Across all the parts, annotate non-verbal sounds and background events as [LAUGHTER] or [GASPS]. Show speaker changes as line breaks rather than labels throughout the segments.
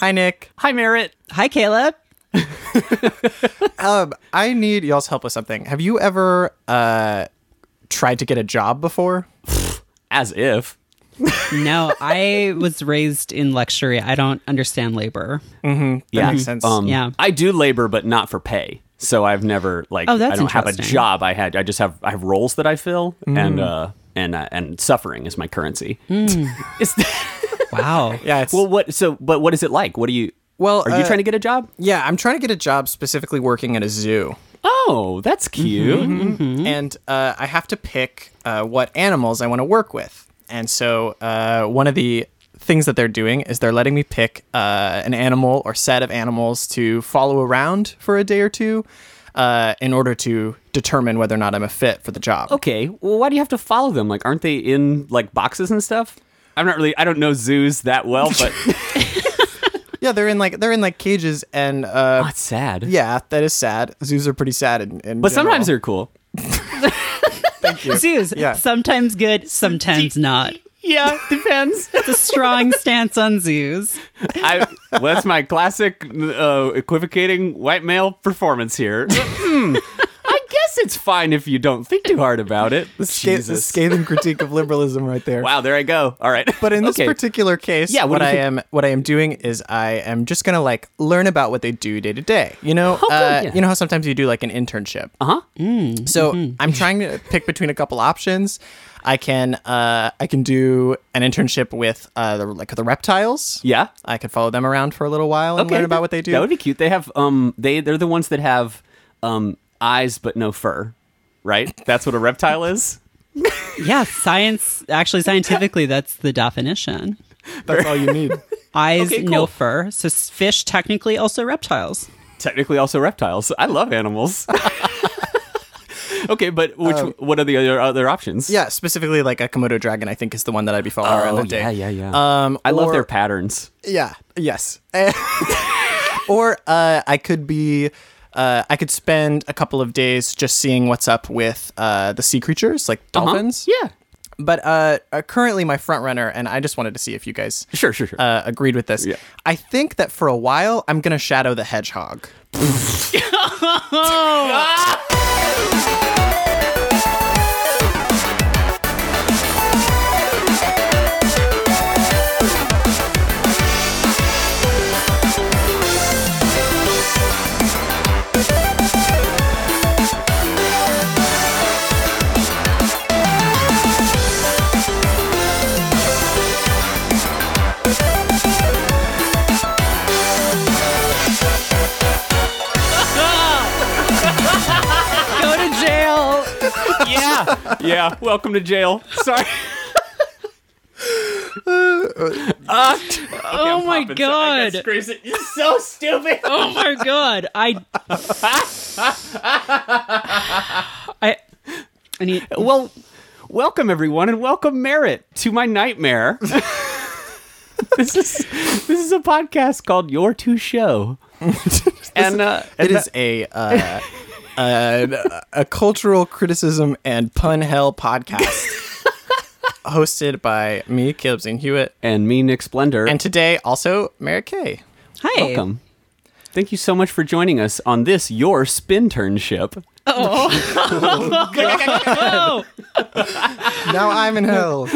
Hi, Nick.
Hi, Merritt.
Hi, Caleb.
Um, I need y'all's help with something. Have you ever uh tried to get a job before?
Mm-hmm. As if.
No, I was raised in luxury. I don't understand labor.
That makes sense.
Um,
Yeah.
I do labor, but not for pay. So I've never like.
Oh, that's
I don't have a
interesting.
job. I had. I just have. I have roles that I fill, and uh, and uh, and suffering is my currency. [LAUGHS] It's-
[LAUGHS] Wow.
yeah, it's
well, what? So, but what is it like? What do you?
Well,
are
uh,
you trying to get a job?
yeah. I'm trying to get a job specifically working at a zoo,
Oh, that's cute. Mm-hmm.
and uh, I have to pick uh, what animals I want to work with. And so, uh, one of the things that they're doing is they're letting me pick uh, an animal or set of animals to follow around for a day or two, uh, in order to determine whether or not I'm a fit for the job.
Okay. Well, why do you have to follow them? Like, aren't they in like boxes and stuff? I'm not really. I don't know zoos that well, but [LAUGHS]
Yeah, they're in like they're in like cages, and uh,
that's sad.
yeah, that is sad. Zoos are pretty sad, in, in
But sometimes
general.
they're cool.
Zeus,
Yeah.
sometimes good, sometimes not.
Yeah, [LAUGHS] depends.
It's a [LAUGHS] strong stance on zoos.
I well, that's my classic uh, equivocating white male performance here. Hmm, I guess it's fine if you don't think too hard about it.
Sca-
Jesus. [LAUGHS]
scathing critique of liberalism right there.
wow, there I go. All right,
But in this
Okay.
particular case,
Yeah,
what,
what do
I
you think-
am what I am doing is I am just gonna like learn about what they do day to day. You know,
cool,
uh,
Oh, yeah.
you know how sometimes you do like an internship.
Uh-huh.
So
mm-hmm.
I'm trying to pick between a couple options. I can uh, I can do an internship with uh, the, like the reptiles.
yeah.
I could follow them around for a little while and learn about what they do.
That would be cute. They have um they they're the ones that have um eyes but no fur, right? That's what a reptile is.
Yeah, science, actually, scientifically, that's the definition.
[LAUGHS] That's all you need.
Eyes,
Okay, cool.
no fur. So s- fish, technically, also reptiles.
Technically, also reptiles. I
[LAUGHS]
love animals. okay, but which what are the other other options?
Um, yeah, specifically like a Komodo dragon. I think is the one that I'd be following around
Oh,
that day.
yeah, yeah, yeah.
Um,
I love
or-
their patterns.
Yeah. Yes. [LAUGHS] or uh, I could be. Uh, I could spend a couple of days just seeing what's up with uh, the sea creatures, like dolphins.
Uh-huh. Yeah.
But uh, uh, currently, my front runner, and I just wanted to see if you guys
Sure, sure, sure.
uh, agreed with this.
Yeah.
I think that for a while, I'm gonna shadow the hedgehog.
Go to jail.
yeah. [LAUGHS] Yeah. Welcome to jail. Sorry.
oh my God.
You're so stupid.
Oh my God. I. [LAUGHS] I. I need.
Well, welcome everyone, and welcome Merritt to my nightmare. this is this is a podcast called Your Two Show, and uh,
It is a uh, [LAUGHS] a, a cultural criticism and pun hell
[LAUGHS]
podcast hosted by me, Caleb Zane Hewitt,
and me, Nick Splendor,
and today also Mary Kay.
Hi.
welcome. Thank you so much for joining us on this your spin turnship.
Oh,
now I'm in hell.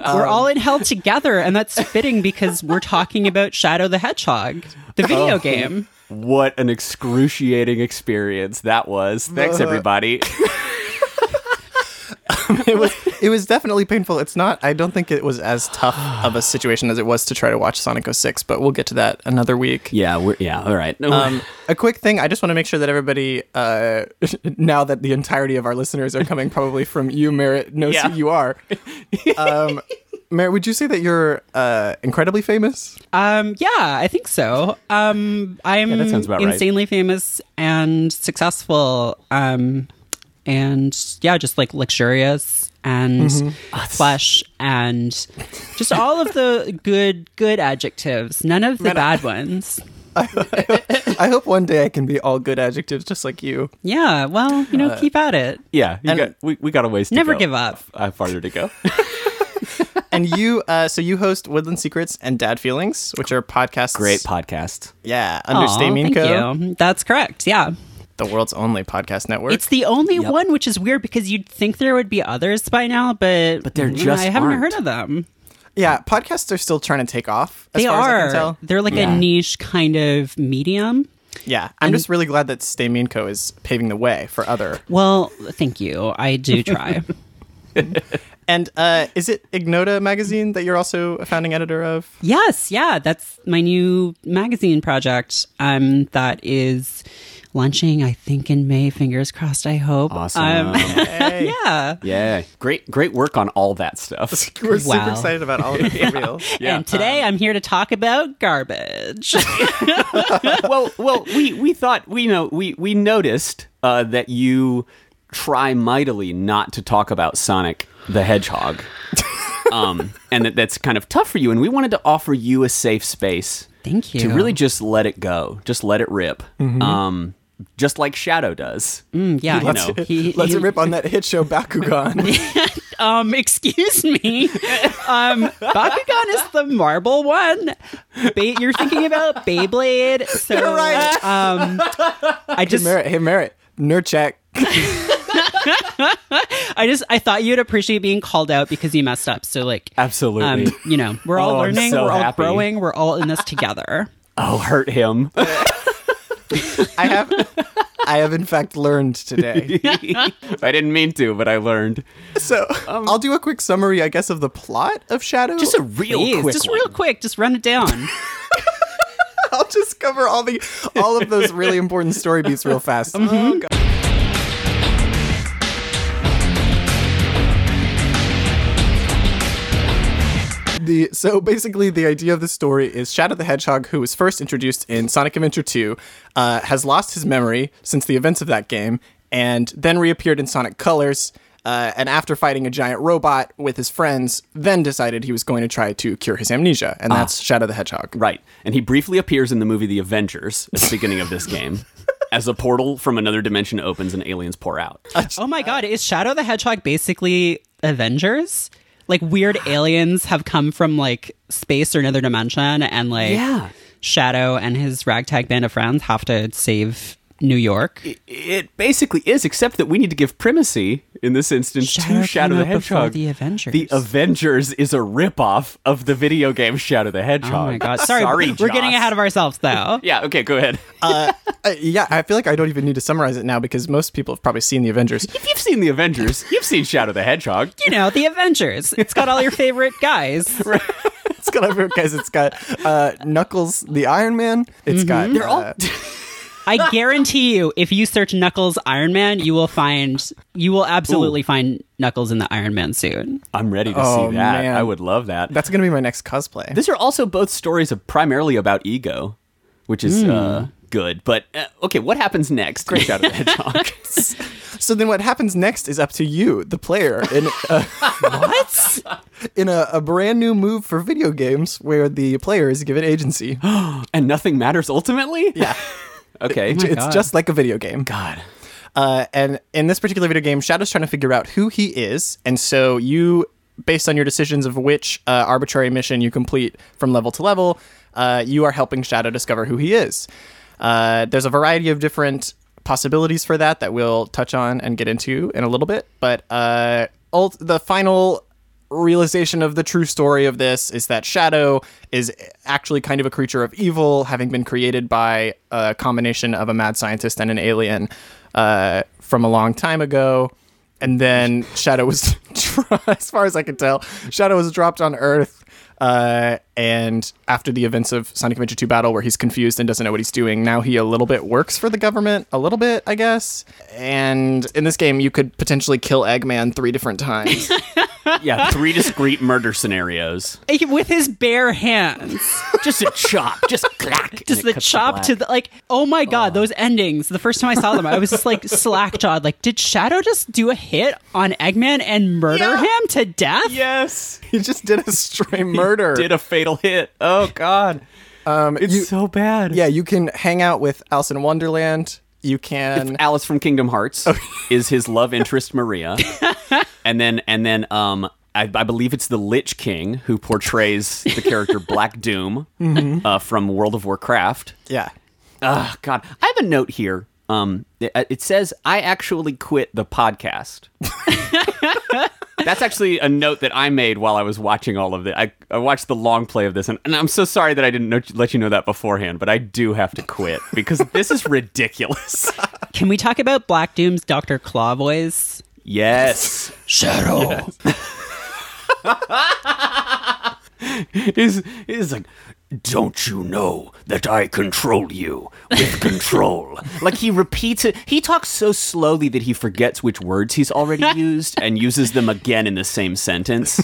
Um,
we're all in hell together, and
[LAUGHS]
that's fitting because we're talking about Shadow the Hedgehog, the video
Oh.
game.
What an excruciating experience that was! Thanks everybody.
[LAUGHS] It was it was definitely painful. It's not I don't think it was as tough of a situation as it was to try to watch Sonic 06, but we'll get to that another week.
[LAUGHS] yeah, we're yeah. All right.
Um, a quick thing, I just want to make sure that everybody, uh, [LAUGHS] now that the entirety of our listeners are coming probably from you, Merritt, knows
Yeah.
who you are. Um, Merritt, would you say that you're uh, incredibly famous?
Um, yeah, I think so. Um, I'm
that sounds about right.
insanely famous and successful. Um, and yeah, just like luxurious and
Mm-hmm.
plush and just all of the good good adjectives. None of the bad ones.
I hope one day I can be all good adjectives just like you.
Yeah.
Uh,
Well, you know, keep at it.
Yeah, you got, we, we got a ways to
Never
go.
give up. [LAUGHS]
I have farther to go.
and you, uh, so you host Woodland Secrets and Dad Feelings, which are podcasts.
Great podcast.
Yeah, under
Aw,
Stay Mean
thank
Co,
you. That's correct. Yeah.
the world's only podcast network.
It's the only one, which is weird because you'd think there would be others by now, but
But there
mm,
just
I haven't
aren't.
heard of them.
yeah, podcasts are still trying to take off. As
they
far
are.
As I can tell.
They're like
Yeah.
a niche kind of medium.
Yeah, I'm just really glad that Stay Mean Co is paving the way for other.
Well, thank you.
[LAUGHS]
I do try.
And uh, is it Ignota magazine that you're also a founding editor of?
yes, yeah, that's my new magazine project. Um, that is launching, I think, in May. Fingers crossed. I hope.
[LAUGHS] Awesome.
Um,
Hey.
[LAUGHS] yeah.
yeah. Great great work on all that stuff.
We're super
Wow.
excited about all of
[LAUGHS]
it for real.
Yeah. um,
And today I'm here to talk about garbage.
[LAUGHS] [LAUGHS] well, well, we we thought we know we we noticed uh, that you try mightily not to talk about Sonic
[LAUGHS]
the Hedgehog, um, and that that's kind of tough for you. And we wanted to offer you a safe space.
Thank
To
you. Mm-hmm.
really just let it go, just let it rip, um, just like Shadow does.
Mm, yeah,
[LAUGHS] You know.
He-
Let's
he-
rip on that hit show
[LAUGHS]
Bakugan.
um, [LAUGHS] excuse me. Um, Bakugan is the marble one. Ba- you're thinking about Beyblade. So,
right.
um, I just,
Merritt, hey Merritt, nerd check.
I just, I thought you'd appreciate being called out because you messed up. So, like, um,
Absolutely.
you know, we're all
Oh, I'm
learning,
so
we're all
happy.
growing, we're all in this together.
oh, hurt
[LAUGHS]
him.
I have, [LAUGHS] I have in fact learned today.
[LAUGHS] I didn't mean to, but I learned.
So I'll do a quick summary, I guess, of the plot of Shadow.
Just a real
Please,
quick
just
one.
real quick, just run it down.
[LAUGHS] I'll just cover all the, all of those really important story beats real fast. Oh, God. The, so basically, the idea of the story is Shadow the Hedgehog, who was first introduced in Sonic Adventure 2, uh, has lost his memory since the events of that game, and then reappeared in Sonic Colors. Uh, and after fighting a giant robot with his friends, then decided he was going to try to cure his amnesia, and that's Shadow the Hedgehog.
Right. And he briefly appears in the movie The Avengers at the beginning of [LAUGHS] this game as a portal from another dimension opens and aliens pour out.
oh my god, is Shadow the Hedgehog basically Avengers? Like
[GASPS]
weird aliens have come from like space or another dimension and like
Yeah.
Shadow and his ragtag band of friends have to save New York.
It basically is, except that we need to give primacy in this instance
Shadow
to Shadow
came
the
out before
Hedgehog.
The Avengers.
The Avengers is a ripoff of the video game Shadow the Hedgehog.
oh my
[LAUGHS]
god. Sorry, we're getting ahead of ourselves though.
Yeah, okay, go ahead.
Uh, yeah, I feel like I don't even need to summarize it now because most people have probably seen the Avengers. [LAUGHS]
if you've seen The Avengers, you've seen Shadow the Hedgehog.
You know, the Avengers. It's got all your favorite guys.
[LAUGHS]
It's got everyone guys. It's got uh, Knuckles, the Iron Man. It's got uh, they're all
I guarantee you, if you search Knuckles Iron Man, you will find you will absolutely find Knuckles in the Iron Man suit.
[LAUGHS] I'm ready to
Oh,
see that.
man.
I would love that.
that's gonna be my next cosplay.
These are also both stories of primarily about ego, which is uh, good. But uh, okay, what happens next? in Shadow the Hedgehog.
so then, what happens next is up to you, the player, in uh,
What?
in a, a brand new move for video games where the player is given agency.
and nothing matters ultimately.
yeah, Oh
Okay.
it's
God.
just like a video game.
God.
Uh, and in this particular video game, Shadow's trying to figure out who he is, and so you, based on your decisions of which uh, arbitrary mission you complete from level to level, uh, you are helping Shadow discover who he is. Uh, there's a variety of different possibilities for that that we'll touch on and get into in a little bit, but uh, ult- the final realization of the true story of this is that Shadow is actually kind of a creature of evil, having been created by a combination of a mad scientist and an alien uh, from a long time ago. And then Shadow was, [LAUGHS] as far as I can tell, Shadow was dropped on Earth. Uh, and after the events of Sonic Adventure 2 Battle, where he's confused and doesn't know what he's doing, now he a little bit works for the government, a little bit, I guess. And in this game, you could potentially kill Eggman three different times.
Yeah. Three discrete murder scenarios.
With his bare
[LAUGHS]
hands.
Just a chop. Just clack.
Just the chop to the like, oh my god, those endings. The first time I saw them, I was just like slack jawed. Like, did Shadow just do a hit on Eggman and murder
Yeah.
him to death?
Yes.
He just did a stray murder.
Did a fatal hit. Oh God. Um, it's
you-
so bad.
yeah, you can hang out with Alice in Wonderland. You can.
Alice from Kingdom Hearts is his love interest Maria, and then and then um I, I believe it's the Lich King who portrays the character Black Doom uh, from World of Warcraft.
Yeah.
Oh, God. I have a note here. Um, it, it says, I actually quit the podcast. That's actually a note that I made while I was watching all of it. I, I watched the long play of this, and, and I'm so sorry that I didn't know, let you know that beforehand, but I do have to quit because this is ridiculous.
Can we talk about Black Doom's Dr. Claw voice?
yes.
Shadow.
[LAUGHS] He's, he's like, don't you know that I control you with control? like he repeats it. He talks so slowly that he forgets which words he's already used and uses them again in the same sentence.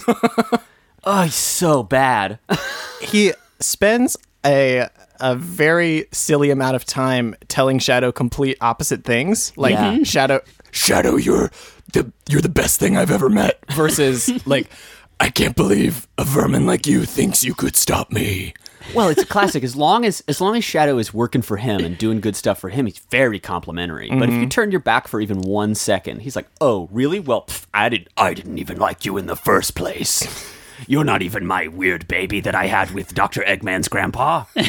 oh, he's so bad.
He spends a a very silly amount of time telling Shadow complete opposite things. Like
Yeah. Mhm.
Shadow
Shadow, you're the you're the best thing I've ever met.
[LAUGHS]
versus like
I can't believe a vermin like you thinks you could stop me.
well, it's a classic. As long as as long as Shadow is working for him and doing good stuff for him, he's very complimentary. But if you turn your back for even one second, he's like, "Oh, really? Well, pff, I did. I didn't even like you in the first place. You're not even my weird baby that I had with Doctor Eggman's grandpa."
[LAUGHS]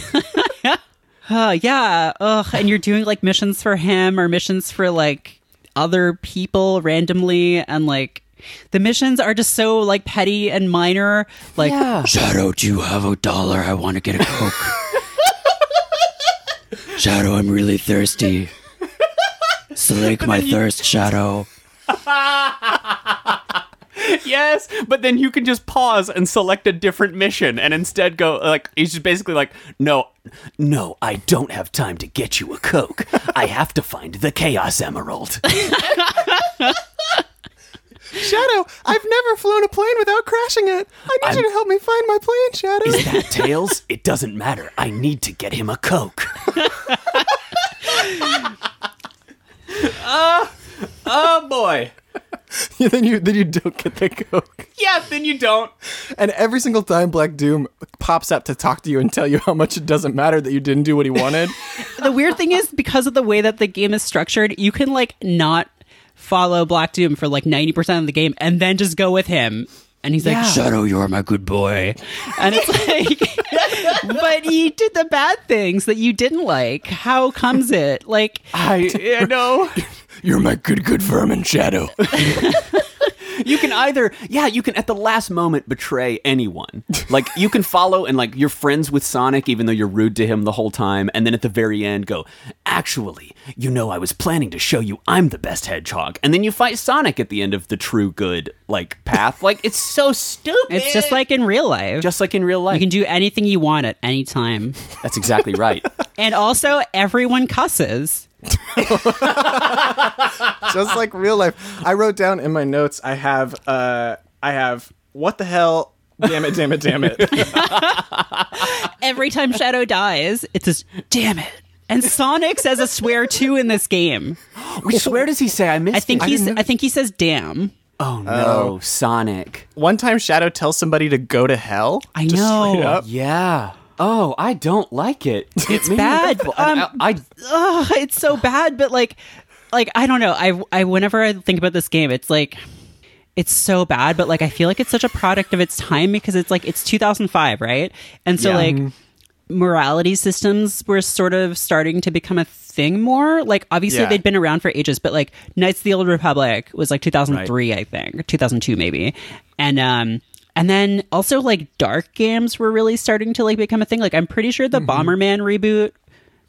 Uh, yeah. Ugh. And you're doing like missions for him or missions for like other people randomly. And like the missions are just so like petty and minor. Like,
Shadow, do you have a dollar? I want to get a Coke. Shadow, I'm really thirsty. Slake my thirst, Shadow.
[LAUGHS] yes, but then you can just pause and select a different mission, and instead go like he's just basically like, "No,
No, I don't have time to get you a Coke. I have to find the Chaos Emerald.
Shadow, I've never flown a plane without crashing it. I need you to help me find my plane, [LAUGHS] Shadow.
Is that Tails? It doesn't matter. I need to get him a
[LAUGHS]
Coke.
oh Uh, boy,
then you then you don't get the [LAUGHS] coke.
yeah." Then you don't.
And every single time Black Doom pops up to talk to you and tell you how much it doesn't matter that you didn't do what he wanted.
the weird thing is because of the way that the game is structured, you can like not follow Black Doom for like 90% of the game and then just go with him. And he's like,
Shadow, you are my good boy.
and it's like, [LAUGHS] but you did the bad things that you didn't like. How comes it? Like,
I yeah, no.
[LAUGHS] You're my good good vermin, Shadow.
[LAUGHS] you can either yeah you can at the last moment betray anyone like you can follow and like you're friends with sonic even though you're rude to him the whole time and then at the very end go actually you know i was planning to show you i'm the best hedgehog and then you fight sonic at the end of the true good like path like it's so stupid
it's just like in real life.
just like in real life
you can do anything you want at any time.
that's exactly [LAUGHS] right
And also, everyone cusses.
[LAUGHS] just like real life. I wrote down in my notes. I have, uh, I have. What the hell? Damn it! Damn it! Damn it!
[LAUGHS]
Every time Shadow dies, it's just, damn it. And Sonic says a swear too in this game.
Wait, so where does he say i missed
I think
it?
he's. I think he says "damn."
oh no sonic
One time, Shadow tells somebody to go to hell.
I
Just
know.
straight up.
yeah Oh, I don't like it. It's
bad. Um,
I, I
Ugh, it's so bad, but like, like I don't know. I, I whenever I think about this game, it's like, it's so bad, but like I feel like it's such a product of its time because it's like it's 2005, right? And so
Yeah.
like morality systems were sort of starting to become a thing more. Like obviously
Yeah.
they'd been around for ages, but like Knights of the Old Republic was like 2003, I think, or 2002 maybe. And um and then also like dark games were really starting to like become a thing. Like I'm pretty sure
Mm-hmm.
the Bomberman reboot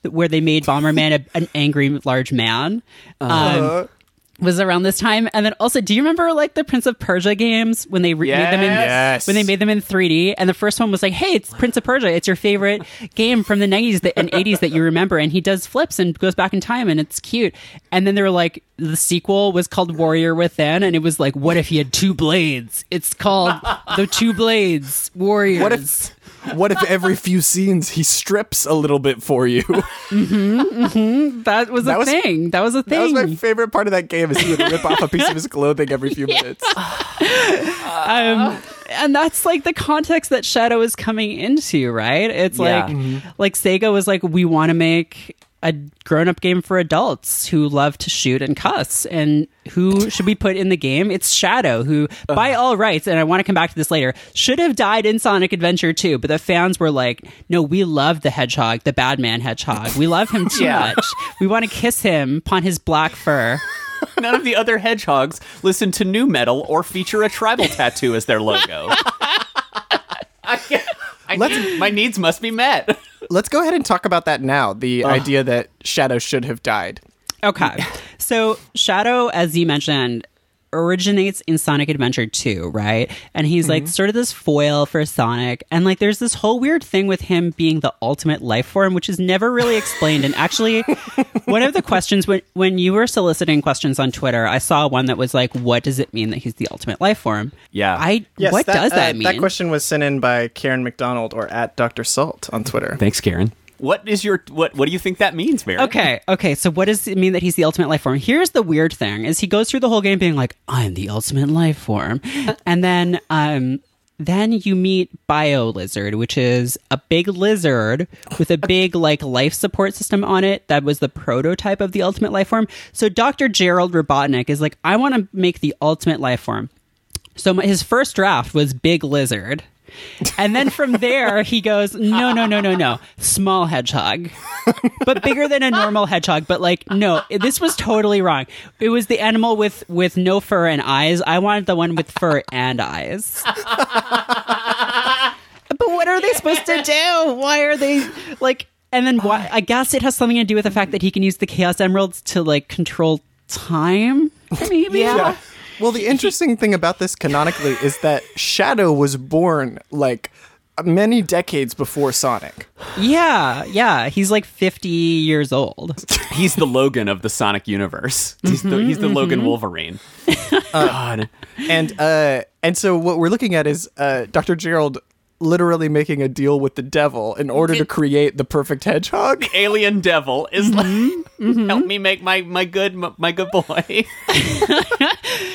th- where they made Bomberman a, an angry large man
Uh-huh.
um, was around this time. And then also, do you remember like the Prince of Persia games when they re- made them in
Yes.
when they made them in 3D? And the first one was like, "Hey, it's Prince of Persia. It's your favorite game from the 90s that, and 80s that you remember." And he does flips and goes back in time, and it's cute. And then they were like, the sequel was called Warrior Within, and it was like, "What if he had two blades?" It's called the Two Blades Warriors.
What if? What if every few scenes he strips a little bit for you?
that was
That
a
was-
thing? That was
[LAUGHS]
a
That was
thing.
my favorite part of that game. Is he would rip off a piece of his clothing every
[LAUGHS]
few minutes?
um, and that's like the context that Shadow is coming into, right? It's
Yeah.
like like Sega was like, we want to make a grown up game for adults who love to shoot and cuss. And who should be put in the game? It's Shadow, who, by all rights, and I want to come back to this later, should have died in Sonic Adventure 2. But the fans were like, no, we love the hedgehog, the bad man hedgehog. We love him too much. We want to kiss him upon his black fur.
None of the other hedgehogs listen to new metal or feature a tribal tattoo as their
[LAUGHS]
logo. I can't- I need- my needs must be met.
Let's go ahead and talk about that now. The idea that Shadow should have died.
Okay. So Shadow, as you mentioned, originates in Sonic Adventure 2, right? And he's like sort of this foil for Sonic. And like there's this whole weird thing with him being the ultimate life form, which is never really explained. And actually, one of the questions when when you were soliciting questions on Twitter, I saw one that was like, what does it mean that he's the ultimate life form?
Yeah.
I what does that mean?
That question was sent in by Karen McDonald or at Dr. Salt on Twitter.
Thanks, Karen. What is your what? What do you think that means, Mary?
Okay, okay. So what does it mean that he's the ultimate life form? Here's the weird thing: is he goes through the whole game being like, "I'm the ultimate life form," and then, um, then you meet Bio Lizard, which is a big lizard with a big like life support system on it that was the prototype of the ultimate life form. So Dr. Gerald Robotnik is like, "I want to make the ultimate life form." So my, his first draft was Big Lizard. And then from there, he goes, no, no, no, no, no. Small hedgehog. But bigger than a normal hedgehog. But like, no, this was totally wrong. It was the animal with, with no fur and eyes. I wanted the one with fur and eyes. But what are they supposed to do? Why are they like? And then why? I guess it has something to do with the fact that he can use the Chaos Emeralds to like control time. Maybe.
Yeah. Ah. Well, the interesting thing about this canonically is that Shadow was born like many decades before Sonic.
Yeah, yeah. He's like 50 years old.
He's the Logan of the Sonic universe. He's the, he's
Mm-hmm,
the
[LAUGHS]
Logan Wolverine.
Uh,
God.
And uh and so what we're looking at is uh Dr. Gerald literally making a deal with the devil in order to create the perfect hedgehog.
alien devil is like [LAUGHS] help me make my my good my good boy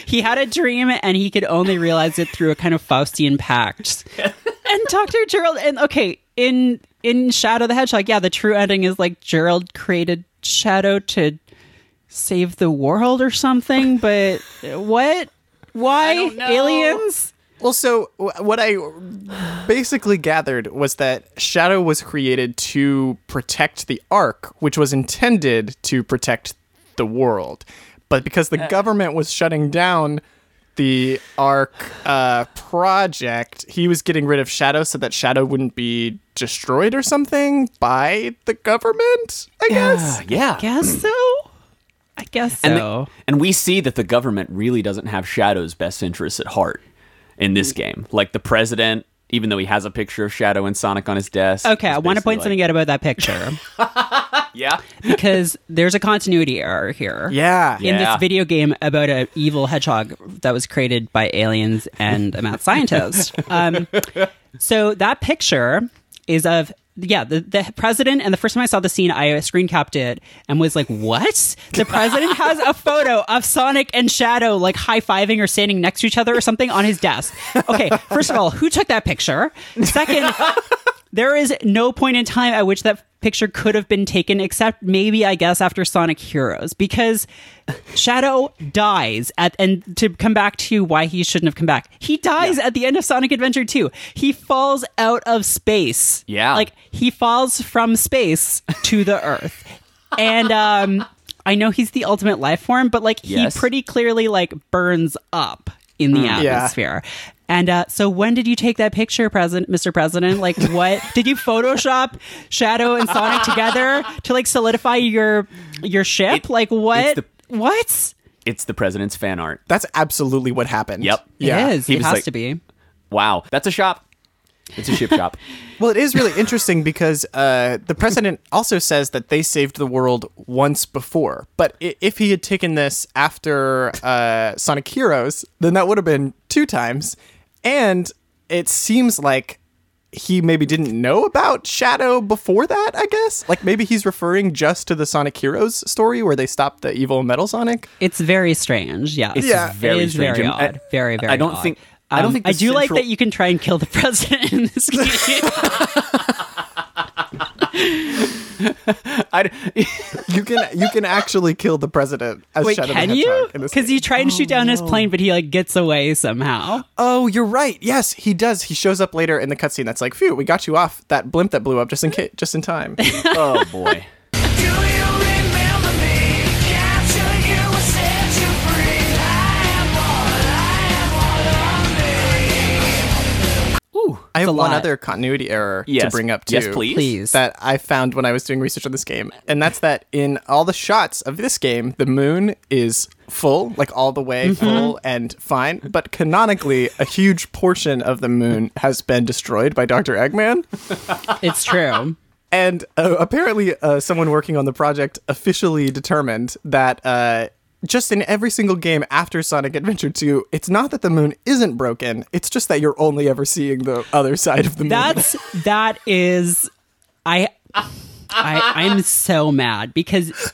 He had a dream and he could only realize it through a kind of Faustian pact. and Dr. Gerald and okay, in in Shadow the Hedgehog, yeah, the true ending is like Gerald created Shadow to save the world or something, but what? Why aliens?
Well, so wh- what I basically gathered was that Shadow was created to protect the Ark, which was intended to protect the world. But because
Uh.
the government was shutting down the Ark uh, project, he was getting rid of Shadow so that Shadow wouldn't be destroyed or something by the government, I guess.
yeah
Guess so. I guess so.
and, the- and we see that the government really doesn't have shadow's best interests at heart in this game like the president even though he has a picture of shadow and sonic on his desk
Okay, I want to point something out about that picture
out yeah
because there's a continuity error here.
Yeah.
in
[LAUGHS] Yeah.
this video game about an evil hedgehog that was created by aliens and a mad scientist. Um, so that picture is of yeah the, the president and the first time i saw the scene i screen capped it and was like what the president has a photo of sonic and shadow like high-fiving or standing next to each other or something on his desk okay first of all who took that picture second there is no point in time at which that picture could have been taken except maybe i guess after sonic heroes because shadow dies at and to come back to why he shouldn't have come back he dies at the end of sonic adventure 2 he falls out of space
Yeah.
like he falls from space to the earth and um i know he's the ultimate life form but like
Yes. Hmm.
he pretty clearly like burns up in the
yeah.
atmosphere and uh, so when did you take that picture president mr president like
[LAUGHS]
what did you photoshop shadow and sonic together to like solidify your your ship
It-
like what
it's the-
what
it's the president's fan art
That's absolutely what happened.
Yep.
Yeah.
it is
he
it
was
has
like-
to be
wow that's a shop it's a ship shop
Well, it is really interesting because uh, the president also says that they saved the world once before. But i- if he had taken this after uh, Sonic Heroes, then that would have been two times. And it seems like he maybe didn't know about Shadow before that, I guess. Like maybe he's referring just to the Sonic Heroes story where they stopped the evil Metal Sonic.
It's very strange. Yeah,
It's Yeah. very
it is
strange.
very
And I-
odd. very, very.
I don't
odd. Um,
think- I don't think the
I do like
central-
that you can try
[LAUGHS]
and kill the president in this game.
[LAUGHS] I,
You can you can actually kill the president as
Wait,
Shadow
can
the
you?
Hedgehog in this
Because
game.
you try and shoot down his plane, but he like gets away somehow.
Oh, you're right. Yes, he does. He shows up later in the cutscene. That's like, phew, we got you off that blimp that blew up just in ca- just in
[LAUGHS]
time.
oh boy.
Do you remember me? Capture you and set you free. I am all, I am all of me.
I have
a
one
lot.
other continuity error to
Yes,
bring up too.
yes, please.
Please.
That I found when I was doing research on this game, and that's that in all the shots of this game, the moon is full, like all the way
Mm-hmm.
full and fine. But canonically, a huge portion of the moon has been destroyed by Doctor Eggman.
it's true.
And uh, apparently, uh, someone working on the project officially determined that uh, just in every single game after Sonic Adventure 2, it's not that the moon isn't broken, it's just that you're only ever seeing the other side of the moon.
That's that is I I I'm so mad because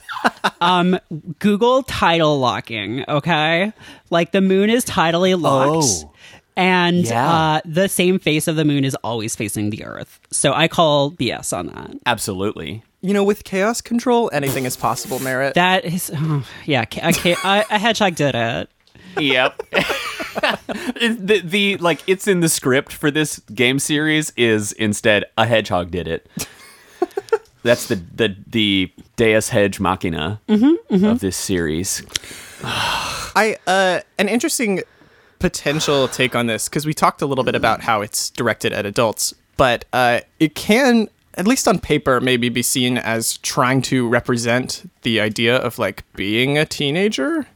um Google title locking, okay? Like the moon is tidally locked.
Oh.
And
Yeah.
uh, the same face of the moon is always facing the earth. So I call BS on that.
Absolutely.
you know, with chaos control, anything is possible, Merritt.
That is, oh, yeah, ca- a, ca- a, a hedgehog did it.
[LAUGHS] Yep. the, the like it's in the script for this game series is instead a hedgehog did [LAUGHS] it. That's the the the Deus Hedge Machina of this series.
I uh, an interesting potential take on this because we talked a little bit about how it's directed at adults, but uh, it can, at least on paper, maybe be seen as trying to represent the idea of like being a teenager,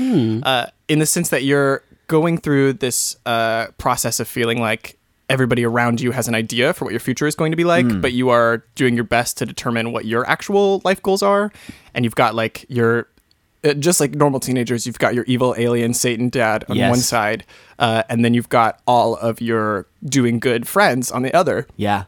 uh, in the sense that you're going through this uh, process of feeling like. Everybody around you has an idea for what your future is going to be like, but you are doing your best to determine what your actual life goals are. And you've got like your uh, just like normal teenagers, you've got your evil alien Satan dad on
Yes.
one side, uh, and then you've got all of your doing good friends on the other.
Yeah.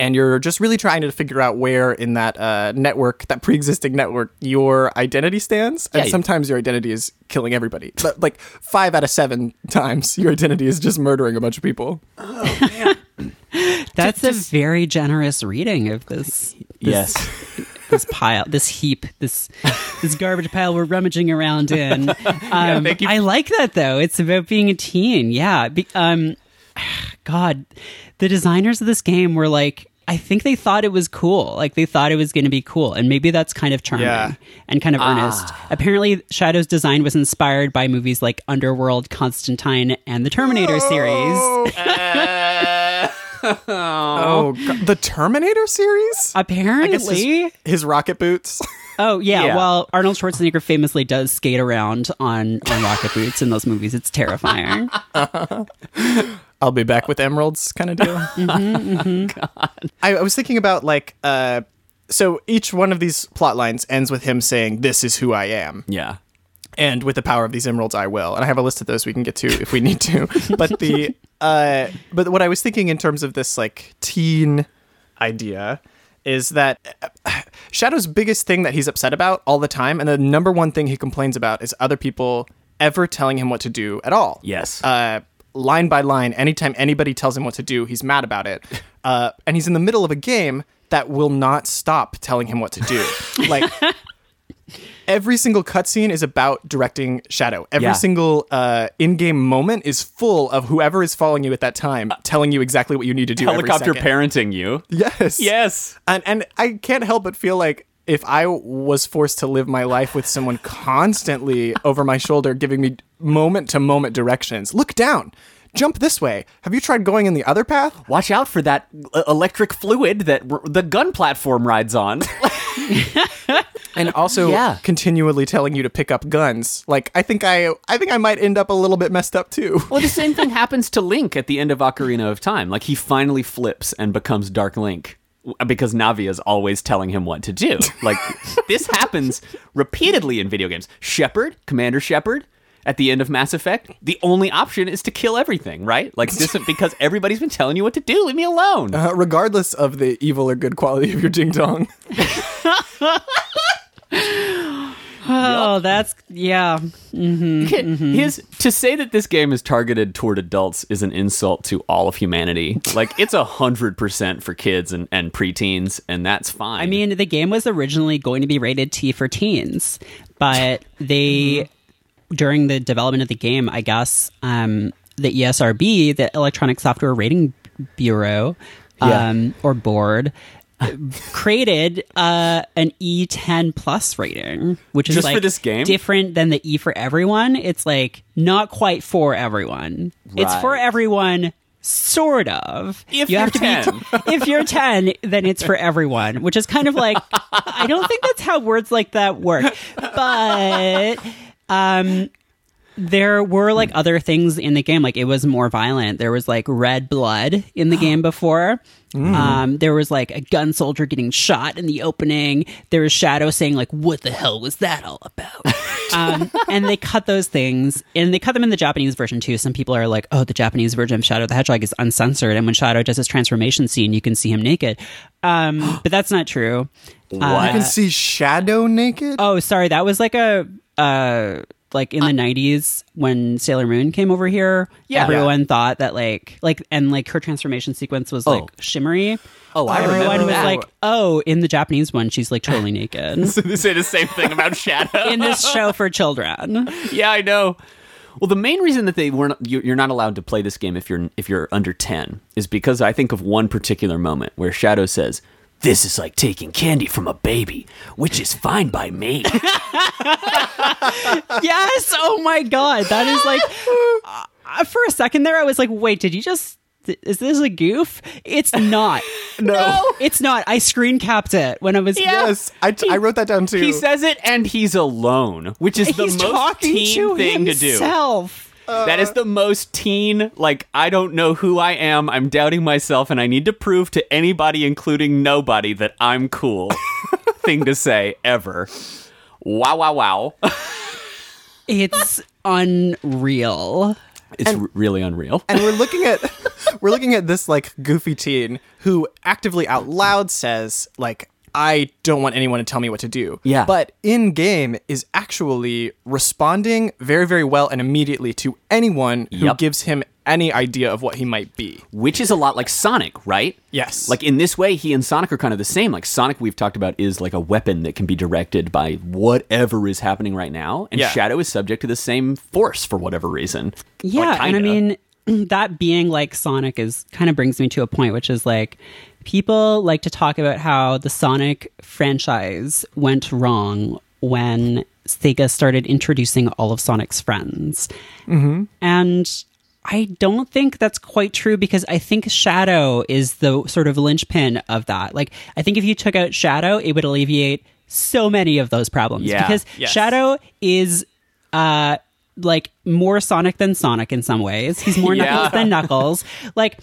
And you're just really trying to figure out where in that uh, network, that pre existing network, your identity stands. And
Yeah.
sometimes your identity is killing everybody. But like five out of seven times, your identity is just murdering a bunch of people.
That's a very generous reading of this. this
Yes.
this pile, this heap, this this garbage pile we're rummaging
[LAUGHS]
around in. Um,
thank you.
I like that though. It's about being a teen. Yeah. Be, um, [SIGHS] God, the designers of this game were like, I think they thought it was cool. Like they thought it was going to be cool, and maybe that's kind of charming
Yeah. Ah.
and kind of earnest. Apparently, Shadow's design was inspired by movies like Underworld, Constantine, and the Terminator series.
[LAUGHS]
Oh, God. the Terminator series? I guess
Apparently,
his, his rocket boots. [LAUGHS]
Oh yeah,
Yeah.
well Arnold Schwarzenegger famously does skate around on on rocket boots in those movies. It's
[LAUGHS]
terrifying.
I'll be back with emeralds kind of deal. [LAUGHS] I, I was thinking about like uh so each one of these plot lines ends with him saying, This is who I am.
Yeah.
And with the power of these emeralds I will. And I have a list of those we can get to if we need to. but the uh but what I was thinking in terms of this like teen idea is that uh, Shadow's biggest thing that he's upset about all the time, and the number one thing he complains about is other people ever telling him what to do at all
Yes.
uh, line by line. Anytime anybody tells him what to do, he's mad about it. Uh, and he's in the middle of a game that will not stop telling him what to do. like every single cutscene is about directing Shadow. Every
Yeah.
single uh, in-game moment is full of whoever is following you at that time telling you exactly what you need to do. every
Uh, Helicopter
second.
parenting you. [LAUGHS]
Yes.
Yes.
And and I can't help but feel like if I was forced to live my life with someone constantly over my shoulder giving me moment to moment directions, look down, jump this way. Have you tried going in the other path?
Watch out for that uh, electric fluid that r- the gun platform rides on. [LAUGHS]
And also
Yeah.
continually telling you to pick up guns. Like I think I I think I might end up a little bit messed up too.
Well, the same thing happens to Link at the end of Ocarina of Time. Like he finally flips and becomes Dark Link w- because Navi is always telling him what to do.
[LAUGHS]
Like this happens repeatedly in video games. Shepard, Commander Shepard, at the end of Mass Effect, the only option is to kill everything, right? Like this because everybody's been telling you what to do. Leave me alone.
Um,
Uh, regardless of the evil or good quality of your ding dong.
Oh, that's yeah. mm-hmm.
His to say that this game is targeted toward adults is an insult to all of humanity. Like it's a hundred percent for kids and, and preteens, and that's fine.
I mean, the game was originally going to be rated T for teens,
[LAUGHS]
but they,
Mm-hmm.
during the development of the game, I guess um, the ESRB, the Electronic Software Rating Bureau, um, or
[LAUGHS]
board, created uh, an E10 plus rating, which is
Just for
like
this game?
different than the E for everyone. It's like not quite for everyone. It's for
Right.
everyone. Sort of.
If
you have to
you're
be
10.
[LAUGHS] if you're 10 then it's for everyone which is kind of like i don't think that's how words like that work but um there were like other things in the game like it was more violent there was like red blood in the game before um there was like a gun soldier getting shot in the opening there was shadow saying like what the hell was that all about um, and they cut those things and they cut them in the Japanese version too. Some people are like, oh, the Japanese version of Shadow the Hedgehog is uncensored. And when Shadow does his transformation scene, you can see him naked. Um, but that's not true.
you can see Shadow naked.
Oh, sorry. That was like a, uh, like in the 90s when Sailor Moon came over here.
Yeah.
Everyone thought that like, like, and like her transformation sequence was like shimmery.
oh, I
Everyone
remember
was
that.
like, oh, in the Japanese one, she's like totally
[LAUGHS]
naked.
they say the same thing about Shadow.
in this show for children.
[LAUGHS] yeah, I know. Well, the main reason that they weren't you- you're not allowed to play this game if you're if you're under ten is because I think of one particular moment where Shadow says,
This is like taking candy from a baby, which is fine
[LAUGHS]
by me.
Yes. Oh my god, that is like. Uh, for a second there, I was like, "Wait, did you just? th- Is this a goof?" It's
[LAUGHS]
not. no. it's not. I screen capped it when I was.
yes, I, t- I wrote that down too.
he says it, and he's alone, which is the
He's
most
talking
teen
to
thing to do.
himself.
That is the most teen, like, I don't know who I am. I'm doubting myself, and I need to prove to anybody, including nobody, that I'm [LAUGHS] cool thing to say ever. Wow, wow, wow.
It's unreal.
It's r- really unreal.
and we're looking at [LAUGHS] we're looking at this like goofy teen who actively out loud says like I don't want anyone to tell me what to do.
Yeah.
But in game is actually responding very very well and immediately to anyone who
Yep.
gives him any idea of what he might be.
Which is a lot like Sonic, right?
Yes.
Like, in this way, he and Sonic are kind of the same. Like, Sonic, we've talked about, is like a weapon that can be directed by whatever is happening right now, and
Yeah.
Shadow is subject to the same force for whatever reason.
Yeah,
Like,
and I
kinda.
mean [CLEARS THROAT] that being like Sonic is kind of brings me to a point which is like people like to talk about how the Sonic franchise went wrong when Sega started introducing all of Sonic's friends.
Mm-hmm.
And I don't think that's quite true because I think Shadow is the sort of linchpin of that. Like, I think if you took out Shadow, it would alleviate so many of those problems
Yeah.
because
Yes.
Shadow is, uh, like more Sonic than Sonic in some ways. He's more Knuckles than Knuckles. Like,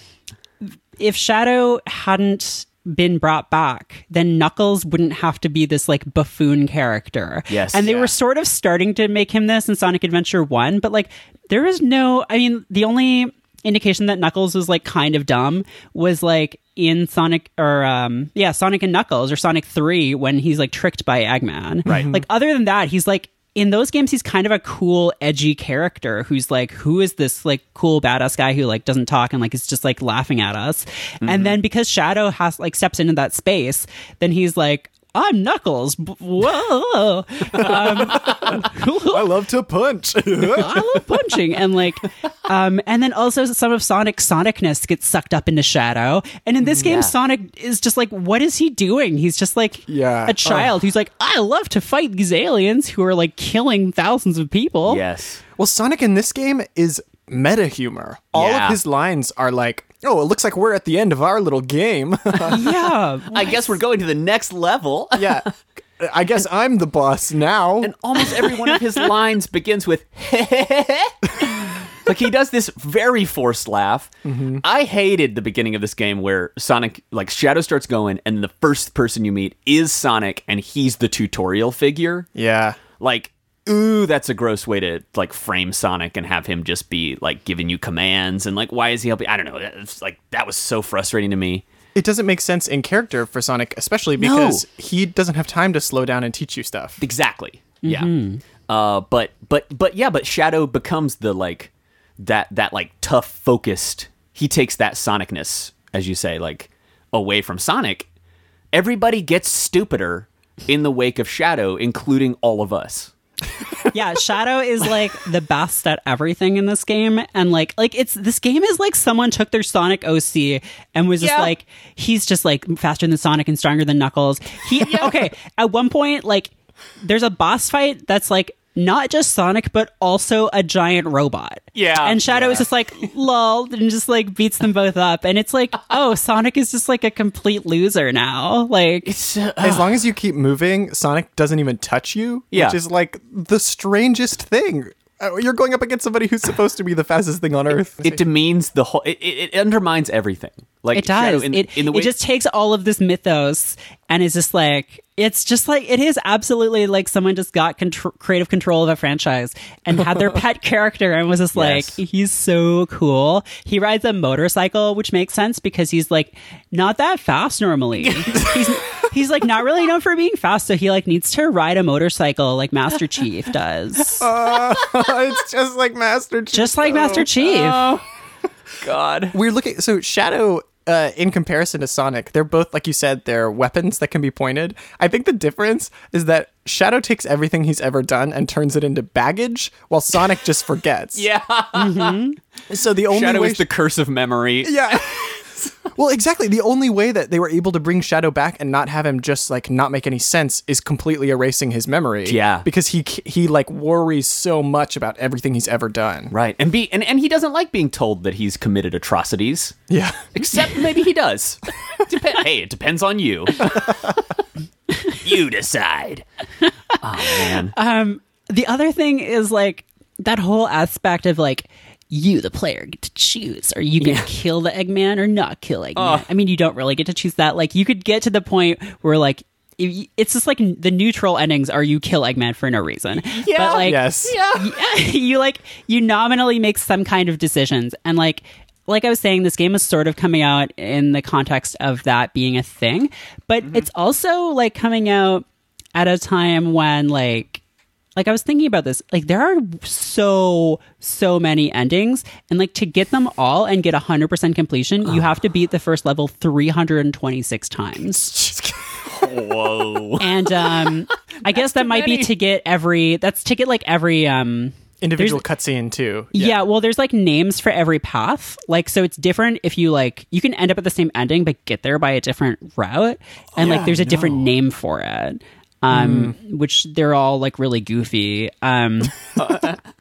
if Shadow hadn't been brought back, then Knuckles wouldn't have to be this like buffoon character.
Yes.
And they
Yeah.
were sort of starting to make him this in Sonic Adventure 1, but like there is no, I mean, the only indication that Knuckles was like kind of dumb was like in Sonic or um yeah, Sonic and Knuckles or Sonic 3 when he's like tricked by Eggman. Right. Like other than that, he's like in those games he's kind of a cool edgy character who's like who is this like cool badass guy who like doesn't talk and like is just like laughing at us and then because shadow has like steps into that space then he's like i'm knuckles b- whoa [LAUGHS]
I love to punch. [LAUGHS]
I love punching and like um and then also some of Sonic's sonicness gets sucked up into Shadow. And in this game Sonic is just like what is he doing? He's just like
Yeah.
a child who's like I love to fight these aliens who are like killing thousands of people.
Yes.
Well, Sonic in this game is meta humor. All
Yeah.
of his lines are like, "Oh, it looks like we're at the end of our little game." [LAUGHS]
Yeah.
I guess we're going to the next level. [LAUGHS]
yeah. I guess I'm the boss now.
and almost every one of his lines begins with [LAUGHS] like he does this very forced laugh i hated the beginning of this game where sonic like shadow starts going and the first person you meet is sonic and he's the tutorial figure
yeah.
like ooh that's a gross way to like frame sonic and have him just be like giving you commands and like why is he helping i don't know it's like that was so frustrating to me
it doesn't make sense in character for Sonic, especially because he doesn't have time to slow down and teach you stuff.
Exactly.
Mm-hmm.
Yeah. Uh, but but but yeah, but Shadow becomes the like that that like tough focused. He takes that sonicness, as you say, like away from Sonic. Everybody gets stupider in the wake of Shadow, including all of us.
yeah shadow is like the best at everything in this game and like like it's this game is like someone took their sonic oc and was just
Yeah.
like he's just like faster than sonic and stronger than knuckles
[LAUGHS]
he okay at one point like there's a boss fight that's like not just Sonic, but also a giant robot.
Yeah.
And Shadow is just like, lol, and just like beats them both up. And it's like, oh, Sonic is just like a complete loser now. Like,
As long as you keep moving, Sonic doesn't even touch you,
Yeah.
which is like the strangest thing. Uh, You're going up against somebody who's supposed to be the fastest thing on earth.
It demeans the whole. It, it, it undermines everything. Like
It does.
Shadow in,
it,
in the
it
wake,
just takes all of this mythos and is just like it's just like it is absolutely like someone just got contr- creative control of a franchise and had
[LAUGHS]
their pet character and was just
Yes.
like he's so cool. He rides a motorcycle, which makes sense because he's like not that fast normally.
[LAUGHS]
he's he's like not really known for being fast, so he like needs to ride a motorcycle like Master Chief
[LAUGHS]
does.
[LAUGHS]
Oh,
it's just like Master Chief.
just like Master Chief. [LAUGHS]
God.
we're looking so shadow uh, in comparison to sonic they're both like you said they're weapons that can be pointed i think the difference is that shadow takes everything he's ever done and turns it into baggage while sonic just
[LAUGHS]
forgets
Yeah.
so the only
Shadow
way
is the curse
[LAUGHS]
of memory.
[LAUGHS] yeah well exactly the only way that they were able to bring shadow back and not have him just like not make any sense is completely erasing his memory
Yeah.
because he he like worries so much about everything he's ever done
Right. And be and, and he doesn't like being told that he's committed atrocities.
yeah
Except maybe he does. [LAUGHS] Depen- hey, it depends on [LAUGHS] you. you decide. Oh man.
the other thing is like that whole aspect of like you the player get to choose are you gonna kill the eggman or not kill eggman i mean you don't really get to choose that like you could get to the point where like if you- it's just like the neutral endings are you kill eggman for no reason yeah but like
yes
[LAUGHS] you like you nominally make some kind of decisions and like like I was saying, this game is sort of coming out in the context of that being a thing, but it's also like coming out at a time when like like I was thinking about this, like there are so so many endings and like to get them all and get 100% completion, you have to beat the first level 326 times
Whoa.
and um i guess that might be to get every that's to get like every um
individual cutscene too
yeah. well there's like names for every path like so it's different if you like you can end up at the same ending but get there by a different route and like there's a different name for it um which they're all like really goofy um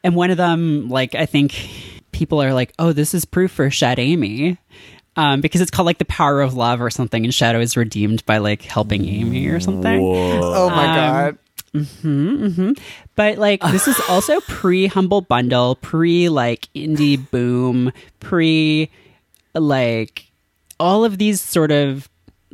and one of them like i think people are like oh this is proof for shad amy um, because it's called like the power of love or something, and Shadow is redeemed by like helping Amy or something.
oh my god
But like this is also pre humble bundle, pre like indie boom, pre like all of these sort of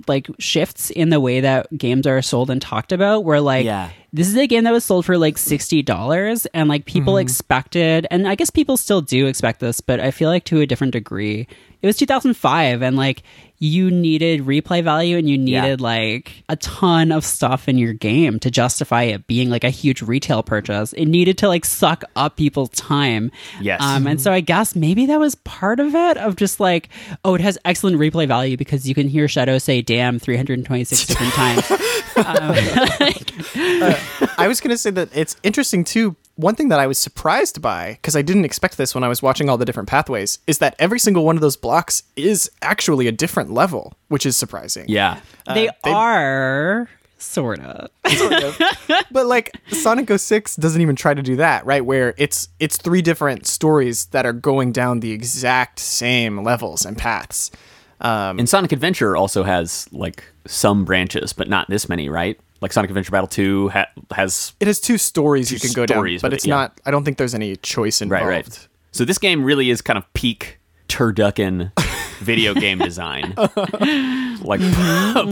like shifts in the way that games are sold and talked about where like
Yeah.
this is a game that was sold for like $60 and like people expected and I guess people still do expect this but I feel like to a different degree. It was 2005 and like you needed replay value and you needed like a ton of stuff in your game to justify it being like a huge retail purchase. It needed to like suck up people's time.
Yes.
Um, and so I guess maybe that was part of it of just like, oh, it has excellent replay value because you can hear Shadow say damn 326 different
[LAUGHS]
times.
Uh,
I was going to say that it's interesting too. One thing that I was surprised by, because I didn't expect this when I was watching all the different pathways, is that every single one of those blocks is actually a different level, which is surprising.
Yeah.
they, are sort of.
But like Sonic 06 doesn't even try to do that, right? Where it's it's three different stories that are going down the exact same levels and paths.
And Sonic Adventure also has like some branches, but not this many, right? Like Sonic Adventure Battle 2 ha- has
It has two stories you can go
stories
down, but
with
it's
it, yeah.
not. I don't think there's any choice involved.
Right, right. So this game really is kind of peak
[LAUGHS]
turducken video game design. like [LAUGHS]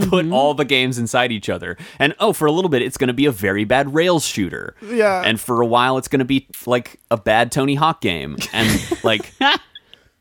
put
Mm-hmm.
all the games inside each other. And oh, for a little bit it's going to be a very bad rails shooter.
Yeah.
And for a while it's going to be like a bad Tony Hawk game
[LAUGHS]
and like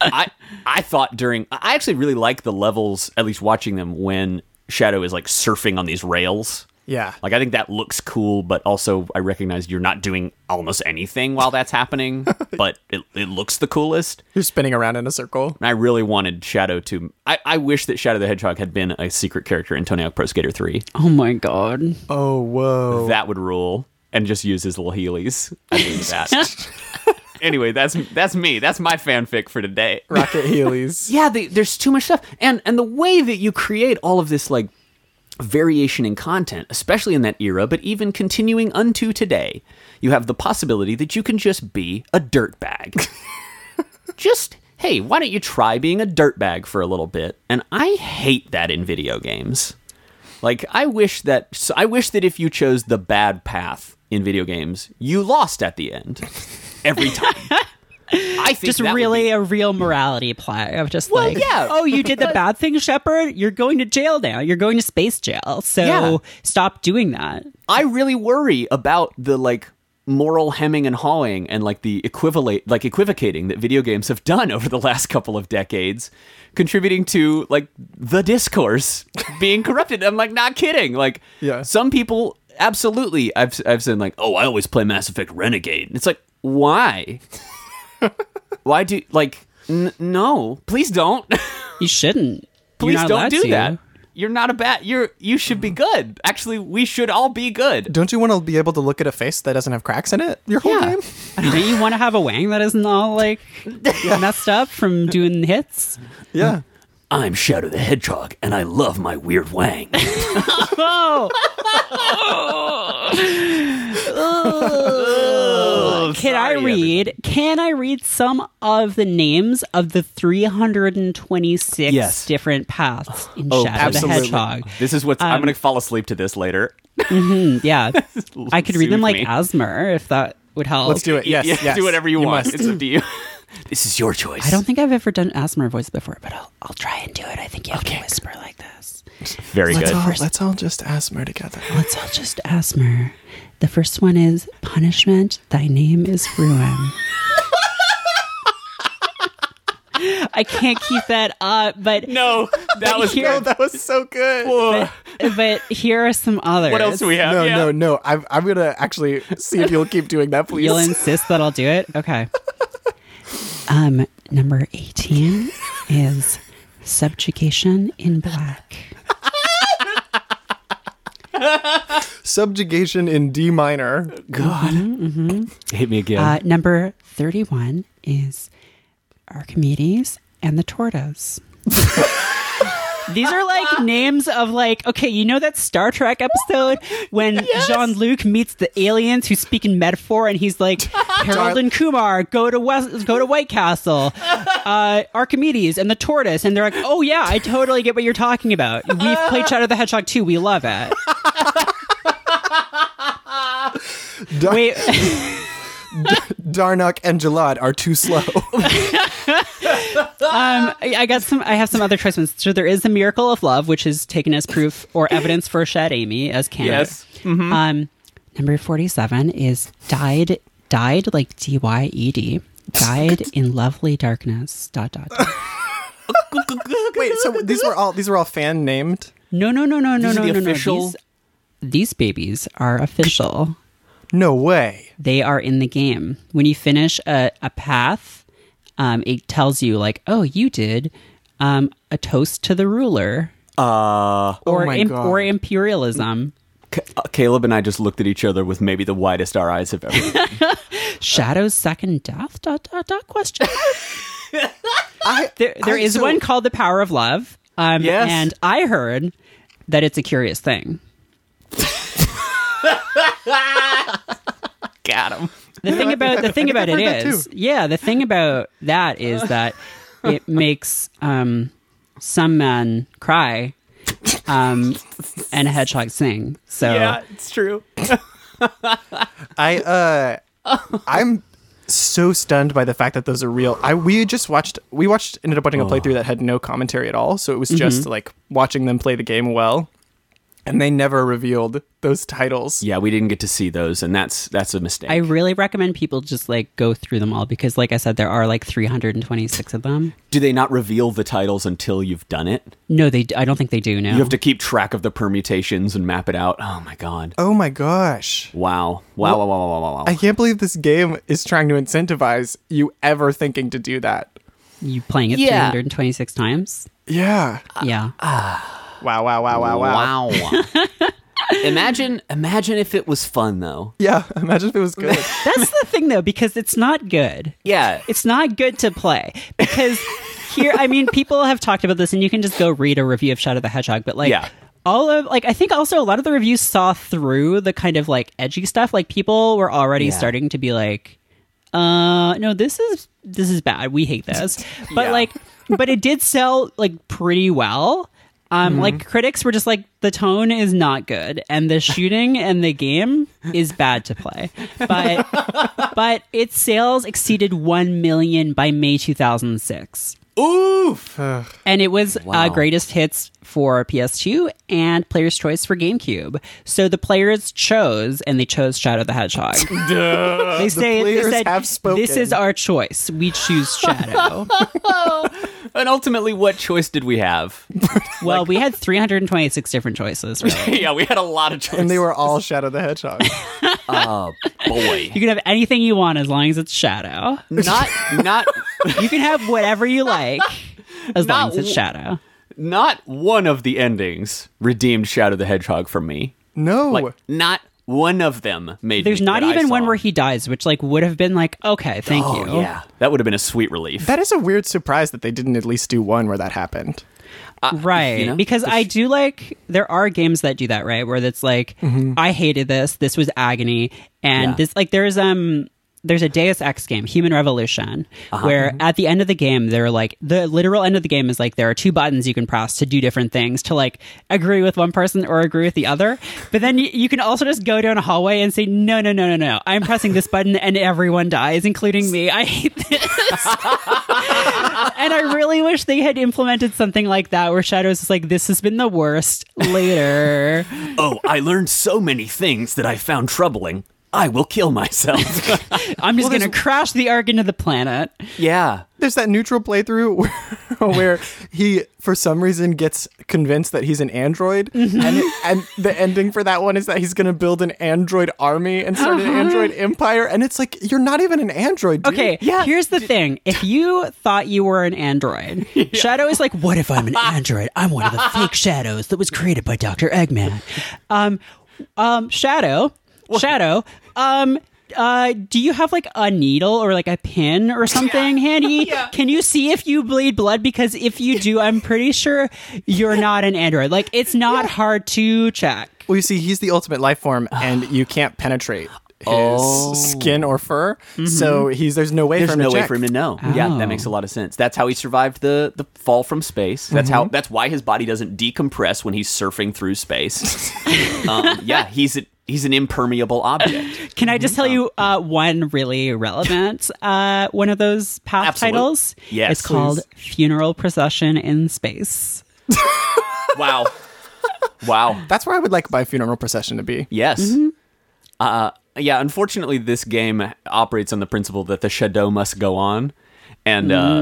I I thought during I actually really like the levels at least watching them when Shadow is like surfing on these rails.
Yeah.
Like I think that looks cool, but also I recognize you're not doing almost anything while that's happening, but it, it looks the coolest.
You're spinning around in a circle.
And I really wanted Shadow to. I, I wish that Shadow the Hedgehog had been a secret character in Tony Hawk Pro Skater 3.
Oh my god.
Oh, whoa.
That would rule. And just use his little Heelys. I think that. anyway, that's that's me. That's my fanfic for today.
Rocket
[LAUGHS]
Heelys.
yeah the, there's too much stuff and and the way that you create all of this like variation in content especially in that era but even continuing unto today you have the possibility that you can just be
[LAUGHS]
a dirtbag just hey why don't you try being a dirtbag for a little bit and i hate that in video games like i wish that so i wish that if you chose the bad path in video games you lost at
[LAUGHS]
the end every time I think
Just
that would be-
really a real morality play of just
Well,
like,
yeah.
oh, you did the bad thing, Shepard. You're going to jail now. You're going to space jail. So
Yeah.
stop doing that.
I really worry about the like moral hemming and hawing and like the equivalent like equivocating that video games have done over the last couple of decades contributing to like the discourse being corrupted i'm like not kidding like
Yeah.
some people absolutely i've i've said like oh i always play mass effect renegade and it's like why why do like n- no please don't [LAUGHS]
You shouldn't. You're
please
not
don't
allowed
do
to.
that you're not a bad you're you should be good actually we should all be good
Don't you want to be able to look at a face that doesn't have cracks in it your whole
Yeah.
game?
Don't you want to have a wang that isn't all like messed up from doing hits?
[LAUGHS]
Yeah.
I'm Shadow the Hedgehog, and I love my
[LAUGHS]
weird wang.
Oh. Ugh. Oh, Can I
sorry,
read? Can I read some of the names of the 326
Yes. Oh,
different paths in Shadow
absolutely.
the
[LAUGHS]
Hedgehog? Um,
This is what's. I'm gonna fall asleep to this later.
Mm, Yeah, I could read
Soothe
them like
me.
Asmer if that would help.
Let's do it. Yes.
[LAUGHS] Yeah,
yes.
do whatever you, want.
must.
It's up to you.
[LAUGHS] this is your choice.
I don't think I've ever done Asmer voice before, but I'll, I'll try and do it. I think you have to whisper like this.
Very
Let's
good.
all, let's all just asthma together.
Let's all just Asmer. The first one is punishment. Thy name is ruin. [LAUGHS] I can't keep that up, but
[LAUGHS] No, that was.
here,
[LAUGHS] That was so good.
but here are some others.
what else do we have?
no,
Yeah.
no, no. I'm, I'm going to actually see if you'll keep doing [LAUGHS] that, please.
You'll insist that I'll do it. Okay. Um, number eighteen is subjugation in black.
Subjugation in D minor.
Hit me again.
Uh, number thirty-one is Archimedes and the tortoise. These are like names of like okay, you know that Star Trek episode when Jean Luc meets the aliens who speak in metaphor, and he's like Harold and Kumar go to West, go to White Castle, uh, Archimedes and the tortoise, and they're like, oh yeah, I totally get what you're talking about. We've played Shadow the Hedgehog too. We love it. Wait,
Darnock and Jalad are too [LAUGHS] slow.
um, I I got some. I have some other choice ones. So there is the miracle of love, which is taken as proof or evidence for Shad Amy as canon.
Yes. Mm-hmm.
Um, number forty-seven is died. Died like D Y E D.
[LAUGHS]
Died in lovely darkness. Dot dot. dot.
Uh,
Wait, so these were all these were all fan named?
No no no no no
These are
no no
the
no.
official-
These, these babies are official.
No way.
they are in the game. When you finish a, a path, um, it tells you like, oh, you did um, a toast to the ruler. Uh, or
Oh my
im-
God.
or imperialism.
C- uh, Caleb and I just looked at each other with maybe the widest our eyes
[LAUGHS]
have ever.
Shadow's second death. Dot dot dot question.
[LAUGHS] I,
There, there
I-
is
so-
one called the power of love. Um,
Yes.
and I heard that it's a
[LAUGHS]
curious thing.
Got him.
The thing about the thing about it
heard that
is, yeah, the thing about that is that
[LAUGHS]
it makes um, some men cry, um, and hedgehogs sing. So
Yeah, it's true.
I uh I'm so stunned by the fact that those are real. I we just watched we watched ended up watching a playthrough that had no commentary at all, so it was just like watching them play the game well. and they never revealed those titles.
Yeah, we didn't get to see those, and that's that's a mistake.
I really recommend people just like go through them all because, like I said, there are like 326 of them.
Do they not reveal the titles until you've done it?
No, they. d- I don't think they do now.
You have to keep track of the permutations and map it out. Oh my god!
Oh my gosh.
Wow! Wow! Wow! Wow! Wow! Wow! wow.
I can't believe this game is trying to incentivize you ever thinking to do that.
you playing it
Yeah. Uh,
326 times.
Yeah.
yeah,
[LAUGHS]
Wow, wow, wow, wow, wow.
Wow. [LAUGHS] imagine, imagine if it was fun though.
Yeah, [LAUGHS] imagine if it was good.
that's the thing though, because it's not good.
Yeah.
it's not good to play because here i mean people have talked about this and you can just go read a review of shadow the hedgehog but like
Yeah.
all of like i think also a lot of the reviews saw through the kind of like edgy stuff like people were already starting to be like uh no this is this is bad we
[LAUGHS]
hate this but
Yeah.
like but it did sell like pretty well um
Mm-hmm.
like critics were just like the tone is not good and the shooting and the game is bad to play but
[LAUGHS]
but its sales exceeded 1 million by May 2006.
[SIGHS] Oof. Ugh.
And it was
Wow.
uh, greatest hits for PS2 and Player's Choice for GameCube. So the players chose, and they chose Shadow the Hedgehog. they, say, they
players
said,
have spoken.
This is our choice. We choose
[LAUGHS]
Shadow.
And ultimately, what choice did we have?
well, we had 326 different choices. Really.
[LAUGHS] yeah, we had a lot of choices.
and they were all Shadow the
[LAUGHS]
Hedgehog.
oh [LAUGHS] boy,
You can have anything you want as long as it's Shadow.
not not
You can have whatever you like as long
Not
as it's
w-
Shadow.
not one of the endings redeemed Shadow the Hedgehog from me.
No.
Like not one of them made.
There's
me-
not
that I
even
saw.
one where he dies, which like would have been like, okay, thank you.
Oh yeah, that would have been a sweet relief.
that is a weird surprise that they didn't at least do one where that happened.
right
you know,
because i do like there are games that do that right where it's like i hated this this was agony and
Yeah.
this like there's um there's a Deus Ex game, Human Revolution,
Uh-huh.
where
Mm-hmm.
at the end of the game, they're like, the literal end of the game is like, there are two buttons you can press to do different things, to like agree with one person or agree with the other. But then you, you can also just go down a hallway and say, no, no, no, no, no. I'm pressing this button and everyone dies, including me. I hate this. And I really wish they had implemented something like that where Shadows is like, this has been the worst later.
Oh, I learned so many things that I found troubling. I will kill myself.
I'm just going to crash the arc into the planet.
[LAUGHS] yeah,
There's that neutral playthrough [LAUGHS] where, where he, for some reason, gets convinced that he's an android, and, and the ending for that one is that he's going to build an android army and start an android empire, and it's like you're not even an android. Dude.
Okay, here's the thing. If you thought you were an android, Shadow is like, what if I'm an android? I'm one of the fake shadows that was created by Dr. Eggman. Um, um, Shadow, Shadow, um, uh, do you have like a needle or like a pin or something handy? Can you see if you bleed blood? Because if you do, I'm pretty sure you're not an android. Like, it's not hard to check.
Well, you see, he's the ultimate life [SIGHS] form, and you can't penetrate his skin or fur, so he's Oh. Mm-hmm. there's no way
there's
for him
no
to
way
check.
for him to know. Yeah,
Oh.
that makes a lot of sense. That's how he survived the the fall from space. That's how. That's why his body doesn't decompress when he's surfing through [LAUGHS] space. um, yeah, he's a, he's an impermeable object.
Can I just
Mm-hmm.
tell you uh, one really
[LAUGHS]
relevant uh, one of those path
Absolute.
titles?
Yes,
it's called "Funeral Procession in
[LAUGHS]
Space."
Wow, wow.
That's where I would like my funeral procession to be.
Yes. Uh, yeah, unfortunately, this game operates on the principle that the shadow must go on, and uh,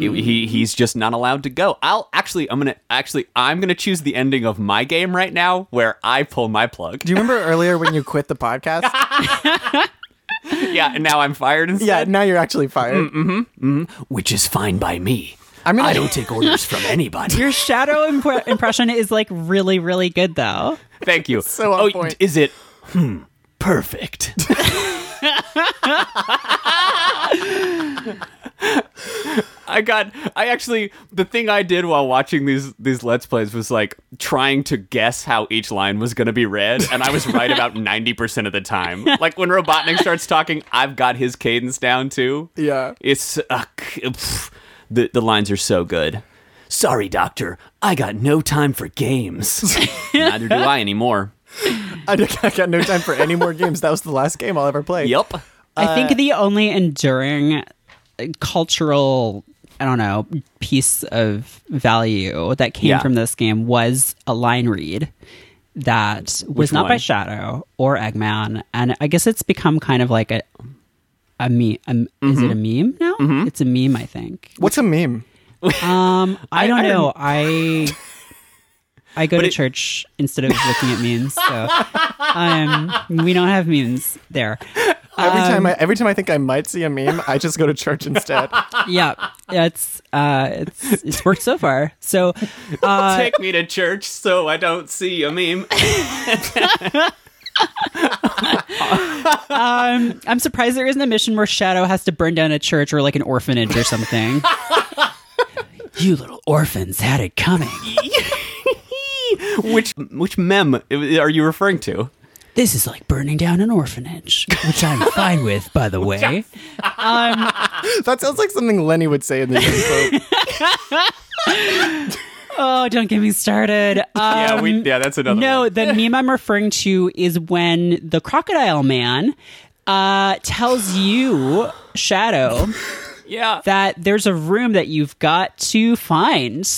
he he's just not allowed to go. I'll actually, I'm gonna actually, I'm gonna choose the ending of my game right now, where I pull
[LAUGHS]
my plug.
Do you remember earlier when you quit the [LAUGHS] podcast?
yeah, and now I'm fired. Instead.
yeah, now you're actually fired.
which is fine by me.
I'm gonna-
I don't take orders from anybody.
Your shadow impre- impression is like really, really good, though.
Thank you.
So on
oh,
point.
is it? hmm,
Perfect.
I got. I actually, the thing I did while watching these these let's plays was like trying to guess how each line was going to be read, and I was right about ninety percent of the time. Like when Robotnik starts talking, I've got his cadence down too.
[LAUGHS] Yeah.
it's uh, k- pff, the the lines are so good.
Sorry, doctor. I got no time for games.
Neither do I anymore.
I, [LAUGHS] I got no time for any more games. That was the last game I'll ever play.
Yep.
I think the only enduring uh, cultural, I don't know, piece of value that came
Yeah.
from this game was a line read. that was not by
one?
Shadow or Eggman, and I guess it's become kind of like a a meme. A, Is it a meme now? It's a meme, I think.
What's a meme?
Um, I, don't
I
know. I I go to
it-
church instead of looking at memes, so um, we don't have memes there.
Every time I every time I think I might see a meme, I just go to church instead.
Yeah, it's uh, it's it's worked so far. So uh,
Take me to church so I don't see a meme.
um, I'm surprised there isn't a mission where Shadow has to burn down a church or like an orphanage or [LAUGHS] something. you little orphans had it coming.
which which mem uh, are you referring to?
This is like burning down an orphanage, which I'm fine with, by the way.
that sounds like something Lenny would say in the Young
[LAUGHS]
Pope.
Oh, don't get me started. Um,
yeah, we yeah, that's another
no,
one.
the meme I'm referring to is when the crocodile man uh, tells you, Shadow,
Yeah.
that there's a room that you've got to find.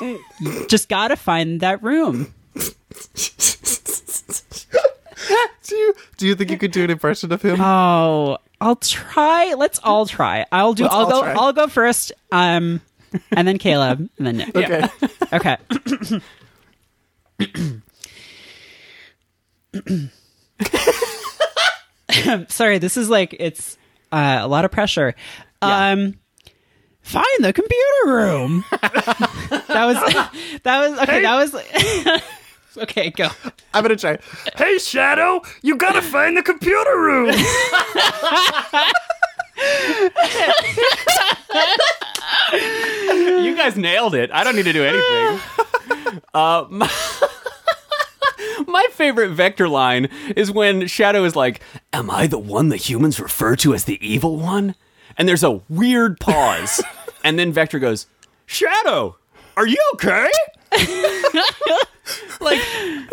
You just got to find that room.
Do you do you think you could do an impression of him?
Oh, I'll try. Let's all try. I'll do.
Let's
I'll
all
go.
try.
I'll go first. Um, and then Caleb, and then Nick.
okay.
[LAUGHS] [COUGHS] Okay. Sorry, this is like it's uh, a lot of pressure. Um find the computer room. [LAUGHS] that was [LAUGHS] that was okay, that was [LAUGHS] Okay, go.
[LAUGHS] I'm gonna try.
Hey, Shadow, you gotta find the computer room.
You guys nailed it. I don't need to do anything. [LAUGHS] Uh, my, my favorite vector line is when Shadow is like, "Am I the one the humans refer to as the evil one?" And there's a weird [LAUGHS] pause, and then Vector goes, "Shadow, are you okay?" like,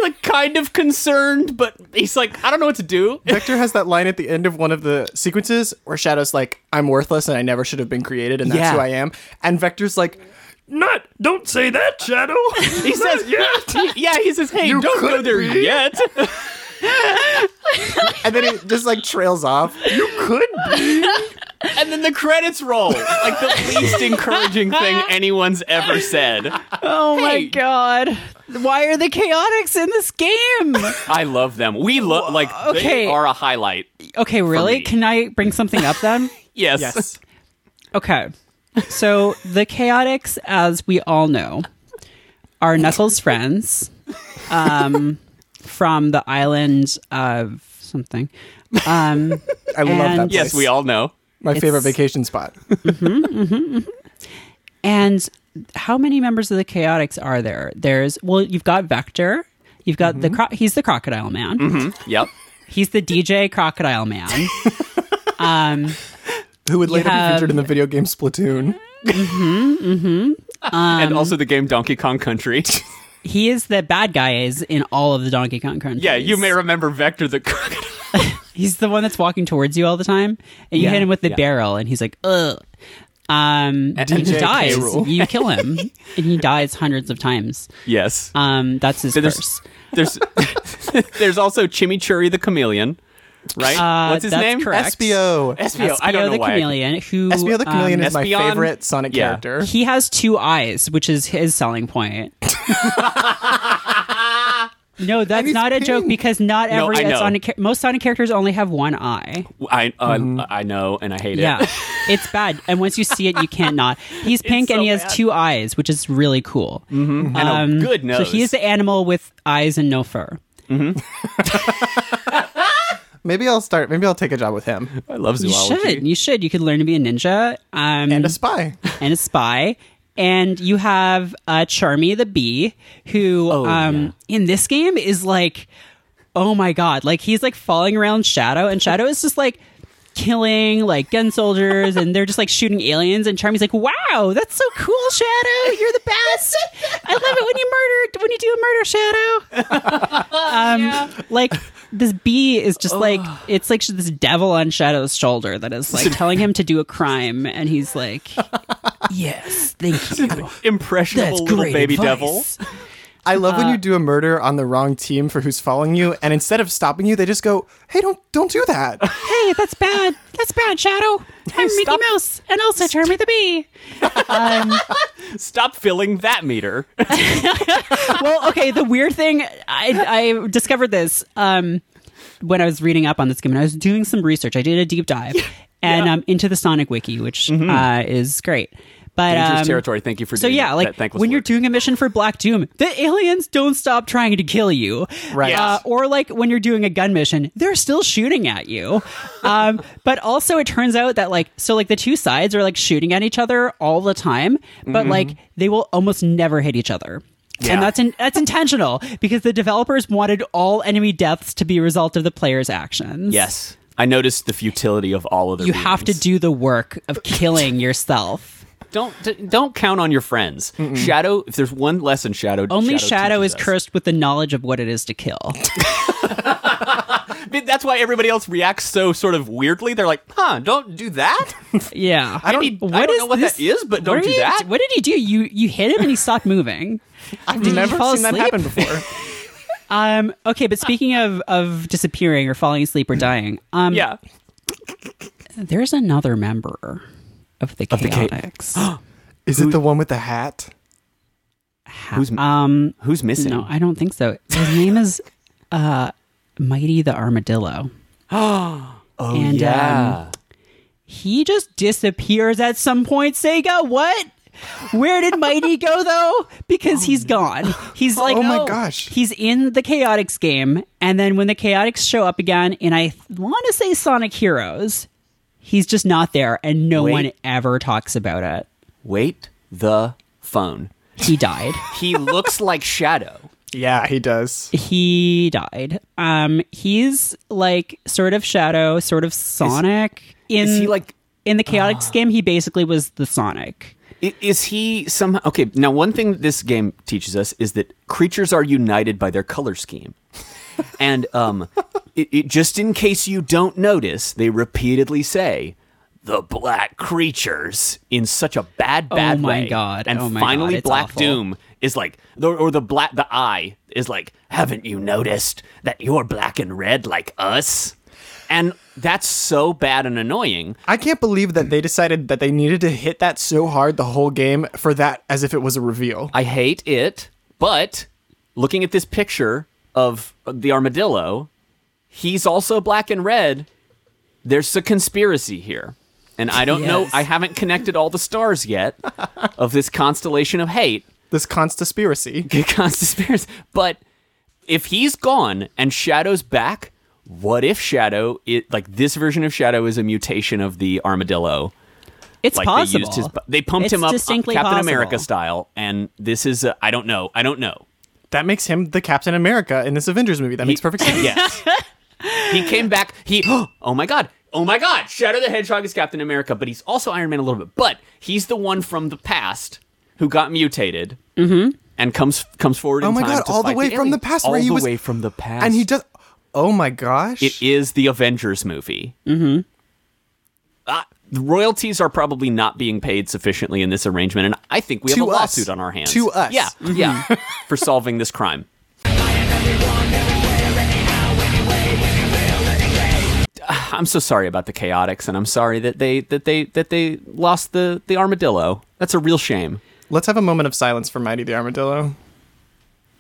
like kind of concerned, but he's like, "I don't know what to do."
Victor has that line at the end of one of the sequences where Shadow's like, "I'm worthless and I never should have been created, and that's
Yeah.
who I am." And Vector's like,
Not, don't say that, Shadow.
He says, [LAUGHS] "Yeah, yeah." He says, "Hey, don't go
could
there
be."
yet."
and then he just like trails off.
Could be.
And then the credits roll. Like the [LAUGHS] least encouraging [LAUGHS] thing anyone's ever said.
Oh my god. Why are the chaotics in this game?
I love them. We love like
Okay.
they are a highlight.
Okay, really?
me.
Can I bring something up
[LAUGHS]
then?
Yes.
Yes.
Okay. So the Chaotix, as we all know, are Knuckles' friends um, from the island of something. Um,
I love that.
And-
Place.
Yes, we all know.
My favorite
It's-
vacation spot.
and how many members of the Chaotix are there? There's, well, you've got Vector. You've got
Mm-hmm.
the, cro- he's the crocodile man.
Yep.
He's the DJ crocodile
[LAUGHS]
man. um,
Who would later
have-
be featured in the video game Splatoon?
Um,
and also the game Donkey Kong [LAUGHS] Country.
he is the bad guys in all of the Donkey Kong countries.
yeah, you may remember Vector the crocodile.
He's the one that's walking towards you all the time, and you
Yeah,
hit him with the
yeah.
barrel, and he's like, "Ugh." Um, and he
DJ
dies.
K.
You kill him,
[LAUGHS]
and he dies hundreds of times.
Yes.
Um, that's his
[LAUGHS] there's-
curse.
There's there's [LAUGHS] also Chimichurri the chameleon, right?
Uh,
What's his
that's
name?
correct.
SBO.
SBO. I don't know
the
why. I-
chameleon, who
SBO the Chameleon
um,
is my
Espeon?
favorite Sonic
Yeah.
character.
he has two eyes, which is his selling
[LAUGHS]
point. no, that's
he's
not a joke
pink.
because not
No,
every
I know.
Sonic cha- most Sonic characters only have one eye.
I, uh, I know, and I hate
Yeah,
it.
it's bad. And once you see it, you can't not.
[LAUGHS]
He's pink
so
and he has
bad.
two eyes, which is really cool. Mm-hmm.
And a good
So
nose.
he is the animal with eyes and no fur.
Maybe I'll start. Maybe I'll take a job with him
I love
You
zoology.
should. You should. You could learn to be a ninja um,
and a spy.
and a spy. And you have uh, Charmy the bee, who um, in this game is like, oh my god, like he's like falling around Shadow, and Shadow is just like killing like gun soldiers, and they're just like shooting aliens. And Charmy's like, wow, that's so cool, Shadow, you're the best. I love it when you murder when you do a murder, Shadow. Um, Like this bee is just like it's like this devil on Shadow's shoulder that is like telling him to do a crime, and he's like. Yes, thank you.
Impressionable little baby devil.
I love
Uh,
when you do a murder on the wrong team for who's following you, and instead of stopping you, they just go, "Hey, don't don't do that."
Hey, that's bad. That's bad, [LAUGHS] Shadow. I'm Mickey Mouse, and also Charmy the Bee.
Stop filling that meter.
[LAUGHS] well, okay. The weird thing, I, I discovered this um, when I was reading up on this game, and I was doing some research. I did a deep [LAUGHS] dive and um, into the Sonic Wiki, which uh, is great. But
[LAUGHS] Dangerous
um,
territory. Thank you for
so
doing
yeah,
that-
like
that thankless
when you're
work.
doing a mission for Black Doom, the aliens don't stop trying to kill you,
Right.
Uh, or like when you're doing a gun mission, they're still shooting at you. Um, [LAUGHS] but also, it turns out that like so, like the two sides are like shooting at each other all the time, but
Mm-hmm.
like they will almost never hit each other. And that's in, that's intentional because the developers wanted all enemy deaths to be a result of the player's actions.
Yes. I noticed the futility of all of the
you have to do the work of killing
[LAUGHS]
yourself.
Don't d- don't count on your friends. Shadow, if there's one lesson Shadow
Only Shadow
teaches
is
us-
cursed with the knowledge of what it is to kill.
I mean, that's why everybody else reacts so sort of weirdly. They're like, "Huh, don't do [LAUGHS] that."
Yeah, I
don't- I don't know what that is, but don't do that.
What did he do? You you hit him and he stopped moving.
I've
Did you
never
fall
seen that
asleep?
happen before.
Um. Okay,
Uh,
but speaking of of disappearing or falling asleep or dying, um,
yeah.
there's another member of the Chaotix. [LAUGHS]
[GASPS] Is it the one with the hat?
Who's
um.
who's missing?
No, I don't think so. His name is uh, Mighty the
[GASPS]
Armadillo. oh and, um,
yeah.
he just disappears at some point. Sega, what? Where did Mighty go though? Because he's gone. He's like,
Oh my gosh.
he's in the Chaotix game, and then when the Chaotix show up again, and I want to say Sonic Heroes, he's just not there, and no
Wait.
one ever talks about it.
Wait the phone.
He died.
He looks like Shadow.
Yeah, he does.
he died. Um, he's like sort of Shadow, sort of Sonic. in
is he like-
in the Chaotix game? He basically was the Sonic.
I- Is he somehow okay? Now, one thing this game teaches us is that creatures are united by their color scheme, [LAUGHS] and um, it, it, just in case you don't notice, they repeatedly say the black creatures in such a bad, bad
Oh my
way.
God.
And
Oh my
finally,
God, it's
Black
awful.
Doom is like, the, or the black, the eye is like, haven't you noticed that you're black and red like us? And that's so bad and annoying.
I can't believe that they decided that they needed to hit that so hard the whole game for that as if it was a reveal.
I hate it, but looking at this picture of the armadillo, he's also black and red. There's a conspiracy here. And I don't know,
Yes.
I haven't connected all the
[LAUGHS]
stars yet of this constellation of hate, [LAUGHS]
This conspiracy.
conspiracy. But if he's gone and Shadow's back, what if Shadow, it, like this version of Shadow, is a mutation of the armadillo?
It's
like
possible.
they used his they pumped
It's
him up uh,
distinctly
Captain
possible.
America style and this is I I don't know I don't know
That makes him the Captain America in this Avengers movie. That makes perfect sense.
[LAUGHS] yes he came back he [GASPS] oh my god oh my god Shadow the Hedgehog is Captain America but he's also Iron Man a little bit but he's the one from the past who got mutated and comes comes forward
Oh
in
my
time
God,
to
all the
fight
way from the
aliens.
past
all
where he
the
was-
way from the past
And he does. Oh my gosh.
it is the Avengers movie. Mm-hmm. Uh, the royalties are probably not being paid sufficiently in this arrangement, and I think we have
To
a
us.
lawsuit on our hands.
To us. Mm-hmm.
yeah, yeah,
[LAUGHS]
for solving this crime. [SIGHS] I'm so sorry about the chaotix, and I'm sorry that they that they that they lost the the armadillo. That's a real shame.
Let's have a moment of silence for Mighty the Armadillo.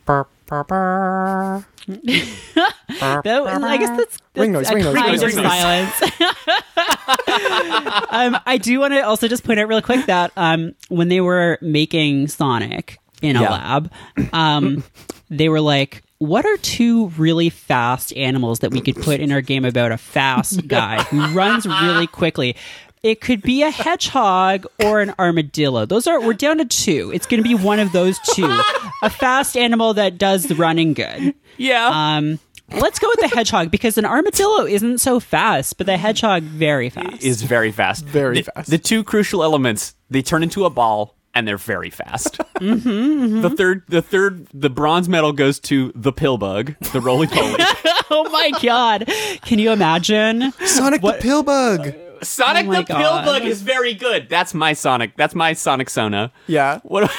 Burr, burr, burr.
Though, I guess that's, that's
Ring noise,
a
ring noise,
kind
ring
of
noise, ring noise.
silence. [LAUGHS] um, I do want to also just point out real quick that um, when they were making Sonic in a
Yeah.
lab, um, they were like, "What are two really fast animals that we could put in our game about
[LAUGHS]
a fast guy who runs really quickly?" It could be a hedgehog or an armadillo. Those are we're down to two. It's going to be one of those two. A fast animal that does the running good.
Yeah,
Um, let's go with the hedgehog because an armadillo isn't so fast, but the hedgehog very fast.
is very fast.
Very
The-
fast.
The two crucial elements, they turn into a ball and they're very fast. [LAUGHS] mm-hmm, The third the third the bronze medal goes to the pill bug, the [LAUGHS] roly poly.
oh my god! Can you imagine?
Sonic the Pill Bug.
Sonic
Oh my
the pill
God.
bug is very good. That's my Sonic. That's my Sonic Sona.
Yeah.
What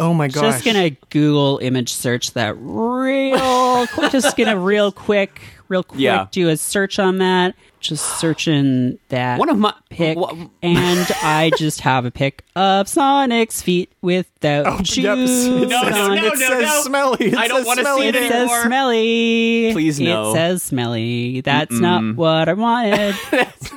Oh my gosh.
Just gonna Google image search that real quick. Just gonna real quick, real quick
Yeah.
do a search on that. Just searching that
One of my-
pick,
wha-
and I just have a pic of Sonic's feet without shoes.
yep.
Oh, No, no,
on.
no,
it says
no.
smelly. It
I don't
says
wanna see
smelly.
it
It says
anymore.
smelly.
Please no.
It says smelly. That's not what I
[LAUGHS]
wanted.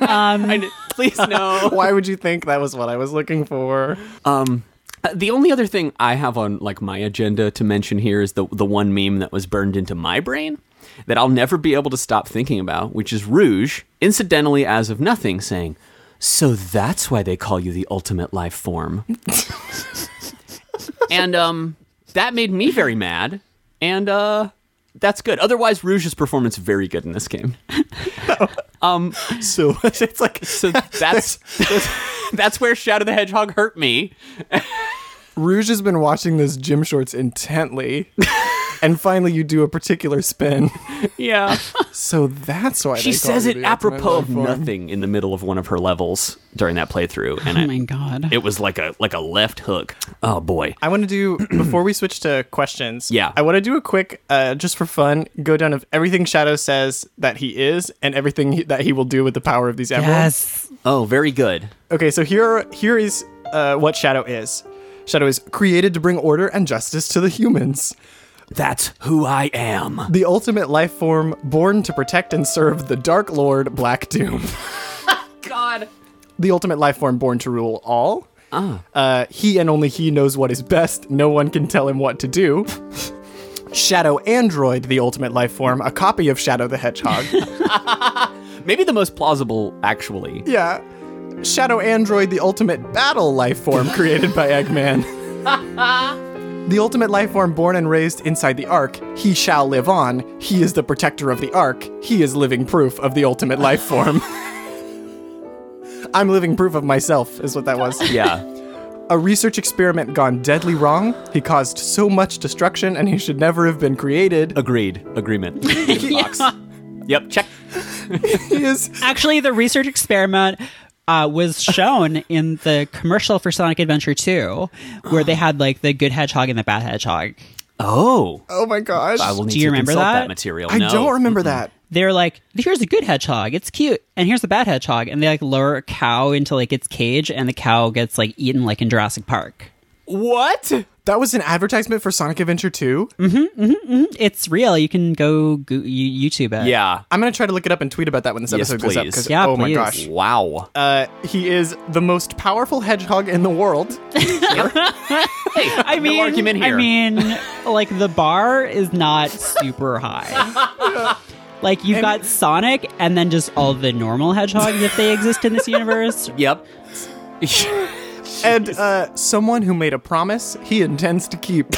um,
I- please [LAUGHS] no.
Why would you think that was what I was looking for?
Um, uh, the only other thing I have on like my agenda to mention here is the the one meme that was burned into my brain that I'll never be able to stop thinking about, which is Rouge, incidentally as of nothing, saying, "So that's why they call you the ultimate life form." and um, that made me very mad, and uh, that's good. Otherwise, Rouge's performance very good in this game.
So it's like
[LAUGHS] So that's. that's That's where Shadow the Hedgehog hurt me.
Rouge has been watching those gym shorts [LAUGHS] intently, and finally you do a particular spin.
Yeah.
So that's why
She
they call
says
you
it
the ultimate
apropos
love
of
form.
nothing in the middle of one of her levels during that playthrough, and
oh
I,
my god.
it was like a like a left hook. Oh boy,
I want to do before we switch to questions.
Yeah.
I want to do a quick, uh, just for fun, go down of everything Shadow says that he is and everything he, that he will do with the power of these emeralds.
yes.
oh very good.
Okay, so here here is uh, what Shadow is. Shadow is created to bring order and justice to the humans,
That's who I am.
the ultimate life form born to protect and serve the Dark Lord Black Doom.
God,
the ultimate life form born to rule all.
Ah.
Uh, he and only he knows what is best. No one can tell him what to do. Shadow Android, the ultimate life form, a copy of Shadow the Hedgehog.
maybe the most plausible actually.
yeah. Shadow Android, the ultimate battle life form created by Eggman. the ultimate life form born and raised inside the Ark. He shall live on. He is the protector of the Ark. He is living proof of the ultimate life form. I'm living proof of myself, is what that was.
Yeah,
A research experiment gone deadly wrong. He caused so much destruction and he should never have been created.
agreed. [LAUGHS] Agreement. Box. Yep. Check.
He is
[LAUGHS] Actually, the research experiment uh, was shown in the commercial for Sonic Adventure 2, where they had like the good hedgehog and the bad hedgehog.
Oh,
Oh my gosh.
I will need
Do you
to
remember
consult that?
that?
material.
I
no.
don't remember that.
They're like, here's a good hedgehog, it's cute, and here's a bad hedgehog, and they like lower a cow into like its cage, and the cow gets like eaten like in Jurassic Park.
What?
That was an advertisement for Sonic Adventure 2.
Mm.
It's real. You can go, go you, YouTube it.
Yeah.
I'm going to try to look it up and tweet about that when this
Yes,
episode goes up
please.
because
Yeah,
oh my
please.
gosh.
Wow.
Uh, he is the most powerful hedgehog in the
[LAUGHS]
world.
hey,
I mean,
no argument here.
I mean, like the bar is not super high.
[LAUGHS]
Like you've got Sonic, and then just all the normal hedgehogs if they exist in this universe.
yep.
and uh, someone who made a promise he intends to keep.
[LAUGHS]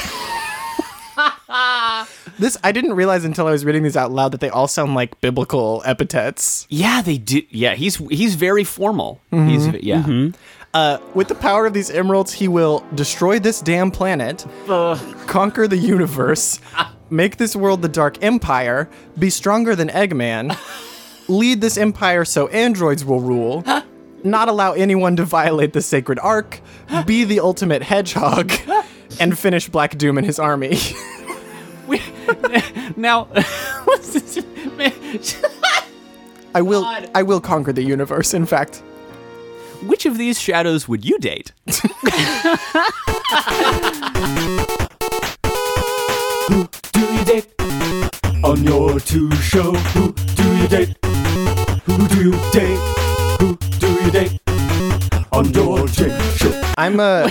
this I didn't realize until I was reading these out loud that they all sound like biblical epithets.
Yeah, they do. Yeah, he's he's very formal. He's yeah.
Uh, with the power of these emeralds, he will destroy this damn planet, conquer the universe, make this world the Dark Empire, be stronger than Eggman, lead this empire so androids will rule, not allow anyone to violate the sacred ark, be the ultimate hedgehog, and finish Black Doom and his army.
Now, [LAUGHS] what's this? Man, [LAUGHS]
I will, I will conquer the universe. In fact,
which of these shadows would you date?
Do you date on your two show? Who do you date? Who do you date? Who do you date on your two show?
I'm [LAUGHS] a.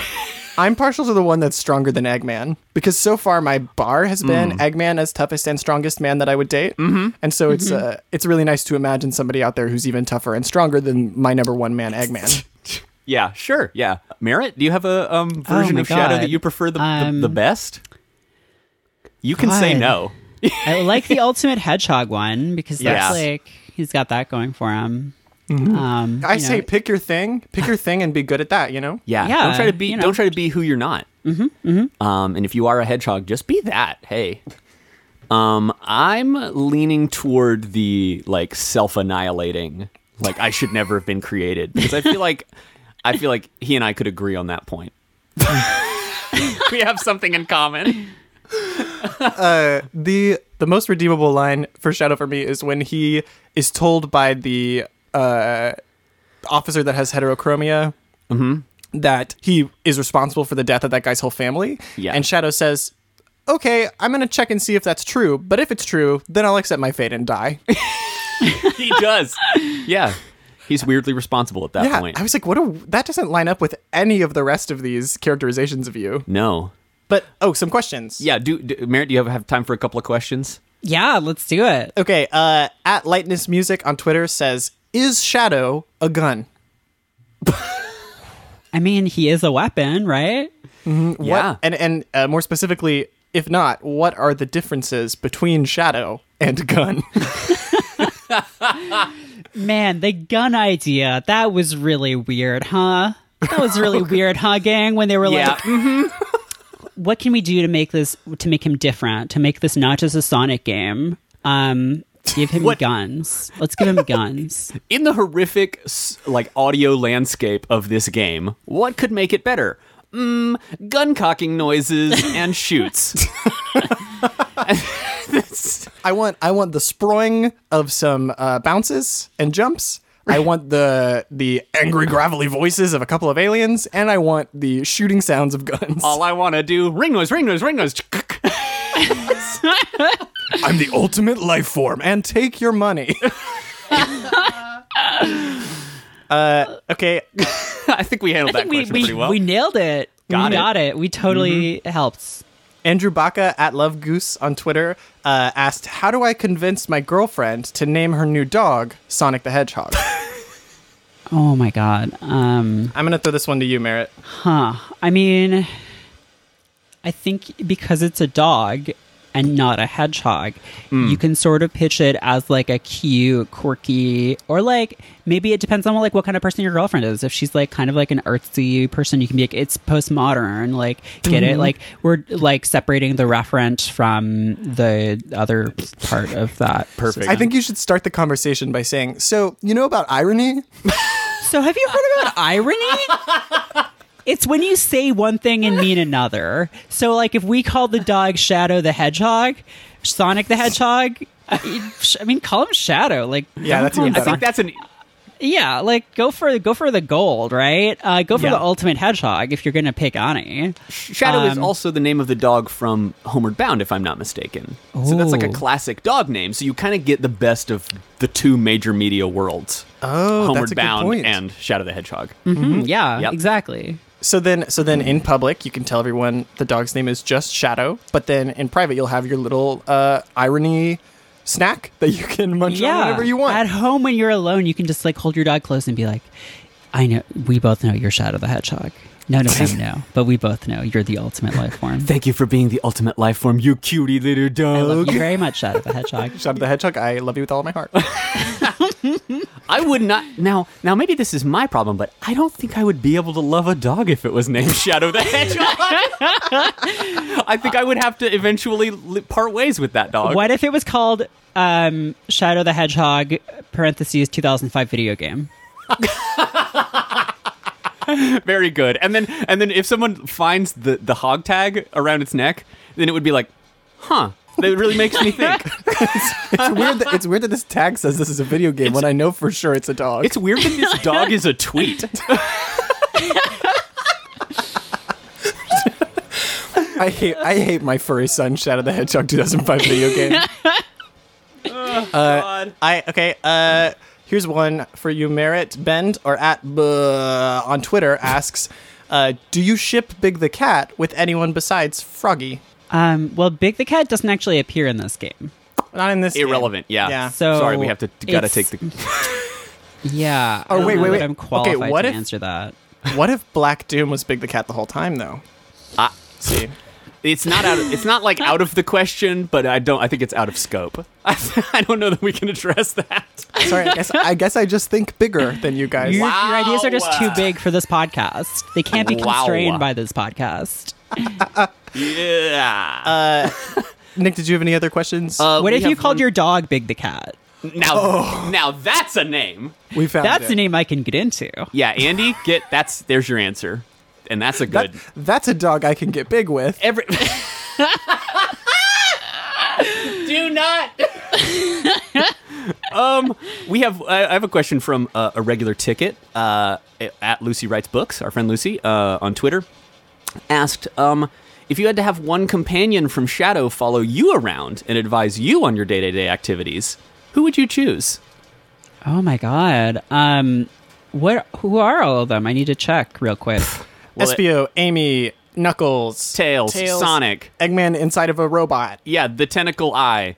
I'm partial to the one that's stronger than Eggman because so far my bar has been Eggman as toughest and strongest man that I would date, Hmm. mm-hmm. and so it's uh, it's really nice to imagine somebody out there who's even tougher and stronger than my number one man, [LAUGHS] Eggman.
Yeah, sure. Yeah, Merritt, do you have a um,
Oh
version
my
of shadow
God.
that you prefer the,
Um,
the, the best? You can say
God.
no.
I like the ultimate hedgehog one because
Yes. Mm-hmm.
that's like he's got that going for him. Um,
I
you know,
say pick your thing, pick your thing, and be good at that. You know.
Yeah,
Yeah,
don't try to be.
you know.
Don't try to be who you're not. Mm-hmm, Um, and if you are a hedgehog, just be that. Hey. Um, I'm leaning toward the like self-annihilating. Like I should never have been created because I feel like I feel like he and I could agree on that point.
we have something in common.
the the most redeemable line for Shadow for me is when he is told by the uh, officer that has heterochromia
Mm-hmm.
that he is responsible for the death of that guy's whole family.
Yeah.
And Shadow says, "Okay, I'm gonna check and see if that's true. But if it's true, then I'll accept my fate and die."
he does. [LAUGHS] Yeah. He's weirdly responsible at that
yeah.
point.
I was like, "What? A, that doesn't line up with any of the rest of these characterizations of you."
no.
But oh, some questions.
Yeah, do, do Merritt, do you have, have time for a couple of questions?
Yeah, let's do it.
Okay. Uh, at Lightness Music on Twitter says, "Is Shadow a gun?"
I mean, he is a weapon, right?
What-
Yeah.
and and uh, more specifically, if not, what are the differences between shadow and
[LAUGHS]
gun?
Man, the gun idea, that was really weird, huh? That was
[LAUGHS]
really weird, huh, gang? When they were like, mm-hmm. what can we do to make this to make him different to make this not just a sonic game um give him guns let's
[LAUGHS]
give him guns
in the horrific s- like audio landscape of this game, what could make it better? Mm, gun
[LAUGHS]
cocking noises and shoots.
I want I want the sproing of some uh, bounces and jumps. I want the the angry gravelly voices of a couple of aliens, and I want the shooting sounds of guns.
All I want to do ring noise, ring noise, [LAUGHS] ring noise.
I'm the ultimate life form, and take your
[LAUGHS]
money. [LAUGHS] uh, okay,
I think we handled that
we,
question
we,
pretty well.
we nailed it
Got
we
it. Mm-hmm.
got it we totally helped
Andrew Baca at Love Goose on Twitter uh, asked, "How do I convince my girlfriend to name her new dog Sonic the Hedgehog?"
oh my god um
I'm gonna throw this one to you, Merritt.
huh i mean i think because it's a dog and not a hedgehog you can sort of pitch it as like a cute quirky or like maybe it depends on like what kind of person your girlfriend is if she's like kind of like an artsy person you can be like it's postmodern like get it like we're like separating the referent from the other part of that perfect
I think you should start the conversation by saying, "So you know about irony?"
So have you heard about irony? It's when you say one thing and mean another. So like if we call the dog Shadow the Hedgehog, Sonic the Hedgehog, I mean call him Shadow. Like
[LAUGHS] Yeah, that's even
I
better.
think that's an
yeah, like go for go for the gold, right? Uh, go for
Yeah.
the ultimate hedgehog if you're gonna pick Ani.
Shadow
Um,
is also the name of the dog from Homeward Bound, if I'm not mistaken. So that's like a
Oh.
Ooh.
classic dog name. So you kind of get the best of the two major media worlds:
Oh,
Homeward
that's a good
Bound
point.
and Shadow the Hedgehog.
Mm-hmm.
Mhm, yeah,
Yep.
exactly.
So then, so then in public, you can tell everyone the dog's name is just Shadow, but then in private, you'll have your little uh, irony snack that you can munch on
yeah,
whenever you want.
At home when you're alone, you can just like hold your dog close and be like, "I know we both know you're Shadow the Hedgehog." No, no,
[LAUGHS]
no, no. But we both know you're the ultimate life form.
Thank you for being the ultimate life form, you cutie little dog.
I love you very much, Shadow
[LAUGHS]
the Hedgehog.
Shadow the Hedgehog, I love you with all my heart.
I would not now. Now maybe this is my problem, but I don't think I would be able to love a dog if it was named [LAUGHS] Shadow the Hedgehog. I think I would have to eventually li- part ways with that dog.
What if it was called um, Shadow the Hedgehog (parentheses 2005 video game)?
Very good. And then and then if someone finds the the hog tag around its neck, then it would be like, huh. That really
[LAUGHS]
makes me think.
it's weird. That, it's weird that this tag says this is a video game when I know for sure it's a dog.
It's weird that this dog is
[LAUGHS]
a tweet.
I hate I hate my furry son Shadow the Hedgehog 2005 video
[LAUGHS]
game.
Oh,
Uh, I okay. Uh, here's one for you, Merritt Bend or at B- on Twitter asks, uh, do you ship Big the Cat with anyone besides Froggy?
Um, well, Big the Cat doesn't actually appear in this game.
Not in this. game.
Irrelevant. Yeah.
Yeah.
So
Sorry, we have to gotta
it's-
take the.
Yeah. I
Oh,
don't
wait,
know
wait,
that
wait.
I'm
Okay,
qualified
what
to
if-
answer that.
What if Black Doom was Big the Cat the whole time though?
Ah.
[LAUGHS]
see.
It's not out. It's not like out of the question, but I don't. I think it's out of scope. [LAUGHS] I, I don't know that we can address that.
Sorry. I guess I guess I just think bigger than you guys.
Your, your ideas are just
Wow.
too big for this podcast. They can't be
Wow.
constrained by this podcast.
Yeah.
Nick, did you have any other questions?
Uh,
what if you called your dog Big the Cat?
now? Now that's a name.
we found
That's
it.
a name I can get into.
Yeah, Andy, get that's. There's your answer. and that's a
That-
good
that's a dog I can get big with.
every. [LAUGHS]
Do
[LAUGHS]
not.
Um, We have. I I have a question from uh, a regular ticket uh, at Lucy writes books. Our friend Lucy uh, on Twitter asked um, if you had to have one companion from Shadow follow you around and advise you on your day to day activities. Who would you choose?
Oh my god. Um, what? Who are all of them? I need to check real quick.
Well, it-
Espio, Amy, Knuckles,
Tails, Sonic.
Eggman inside of a robot.
Yeah, the tentacle eye.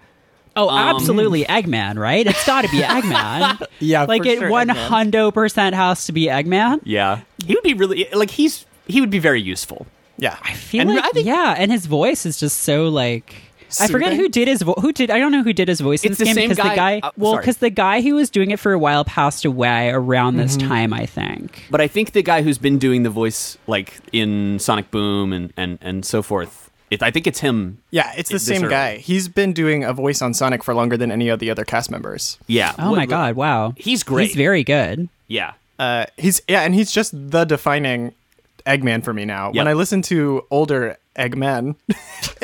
Oh,
Um,
absolutely, Eggman, right? It's got to be
[LAUGHS]
Eggman.
Yeah,
like
for
it
sure,
one
Eggman.
hundred percent has to be Eggman.
Yeah, he would be really like he's he would be very useful.
Yeah.
I feel
And
like
I think-
yeah, and his voice is just so like. I forget
Soothing.
who did his vo- who did I don't know who did his voice in
It's
this game
the same
because
guy-
the guy
uh,
well
sorry.
because the guy who was doing it for a while passed away around this
Mm-hmm.
time I think
But I think the guy who's been doing the voice like in Sonic Boom and and and so forth. It, I think it's him.
Yeah, it's the
This
same
early.
guy. He's been doing a voice on Sonic for longer than any of the other cast members.
Yeah.
oh my
What-
god wow
He's great.
he's very good
Yeah.
Uh, he's yeah, and he's just the defining Eggman for me now.
Yep.
When I listen to older Eggman, [LAUGHS]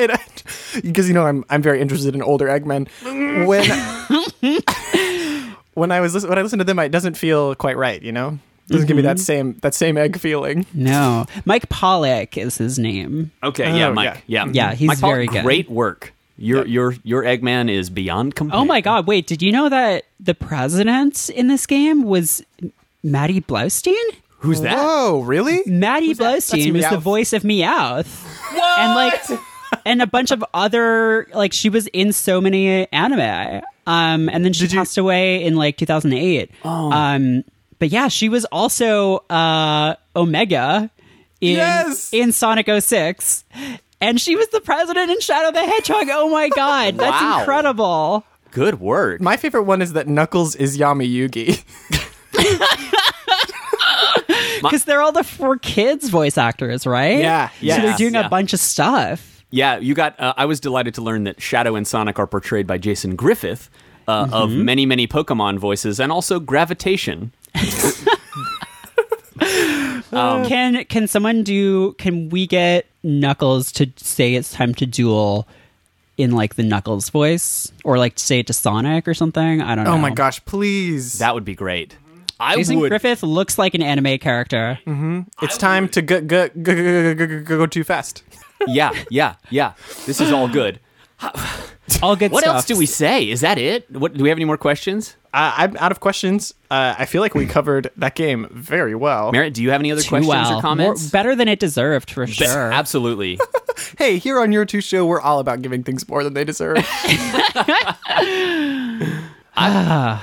because you know I'm I'm very interested in older Eggman. When [LAUGHS] when I was listen, when I listen to them, it doesn't feel quite right. You know, doesn't give me that same that same egg feeling.
no Mike Pollock is his name
Okay. yeah,
Oh,
Mike. Yeah.
Yeah, he's
Mike Pollock,
very good.
Great work. Your your your Eggman is beyond compare.
oh my god wait did you know that the president in this game was Maddie Blaustein
Who's that?
Whoa, really?
Maddie
That's
Blaustein was the
Meowth.
voice of Meowth. And like and a bunch of other like she was in so many anime. Um and then she passed away in like 2008. Um but yeah, she was also uh Omega in
Yes!
in Sonic 06. And she was the president in Shadow the Hedgehog. Oh my god, that's
Wow.
incredible.
Good work.
My favorite one is that Knuckles is Yami Yugi.
Cuz they're all the four kids voice actors, right?
Yeah,
So they're
yes,
doing
yeah.
a bunch of stuff.
yeah, you got. Uh, I was delighted to learn that Shadow and Sonic are portrayed by Jason Griffith uh, of
Mm-hmm.
many many Pokemon voices and also Gravitation. Um,
can can someone do can we get knuckles to say it's time to duel in like the knuckles voice or like say it to sonic or something i don't know
[LAUGHS] Oh my gosh, please!
That would be great. I
jason
would.
griffith looks like an anime character
it's time to go go go go go, go, go, go too fast.
Yeah, yeah, yeah. This is all good.
all good
What
stuff
else do we say? Is that it? What do we have any more questions?
Uh, I'm out of questions. Uh, I feel like we covered that game very well.
Merritt, do you have any other
Too
questions
well.
or comments?
More- better than it deserved for sure
Absolutely.
hey, here on your two show, we're all about giving things more than they [LAUGHS] deserve.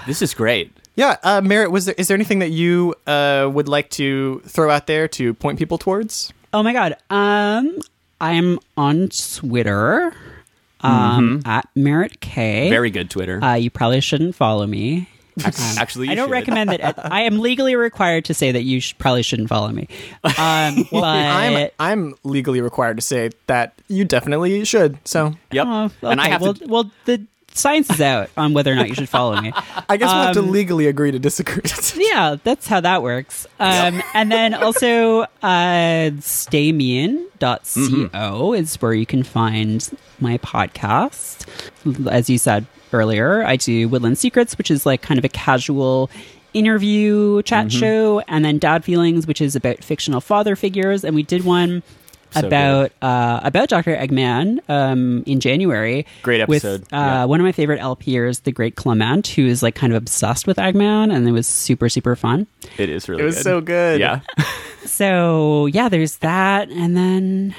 this is great.
yeah, uh, Merritt, was there is there anything that you uh, would like to throw out there to point people towards?
oh my god um i'm on twitter um at merritt k
Mm-hmm. Very good Twitter.
uh, you probably shouldn't follow me [LAUGHS]
Actually, you
I don't
should.
recommend that. I am legally required to say that you sh- probably shouldn't follow me.
[LAUGHS]
Um, but
I'm I'm legally required to say that you definitely should. So
Yep.
Oh, okay.
And I have
well,
to.
well, the science is out on whether or not you should follow
[LAUGHS]
me.
I guess we'll have to legally agree to disagree. [LAUGHS]
[LAUGHS] Yeah, that's how that works. Um, and then also, uh, staymean.co is where you can find my podcast. As you said earlier, I do Woodland Secrets, which is like kind of a casual interview chat show, and then Dad Feelings, which is about fictional father figures. And we did one.
So
about uh, about Dr. Eggman um, in January.
Great
with,
episode.
uh,
Yeah.
One of my favorite LPers, the great Clement, who is like kind of obsessed with Eggman, and it was super super fun.
it is
it
really
was so good.
Yeah.
So yeah, there's that, and then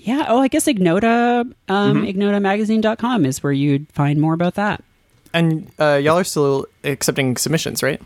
yeah. Oh, I guess Ignota
Mm-hmm.
um, ignotamagazine.com is where you'd find more about that.
and uh, y'all are still accepting submissions, right?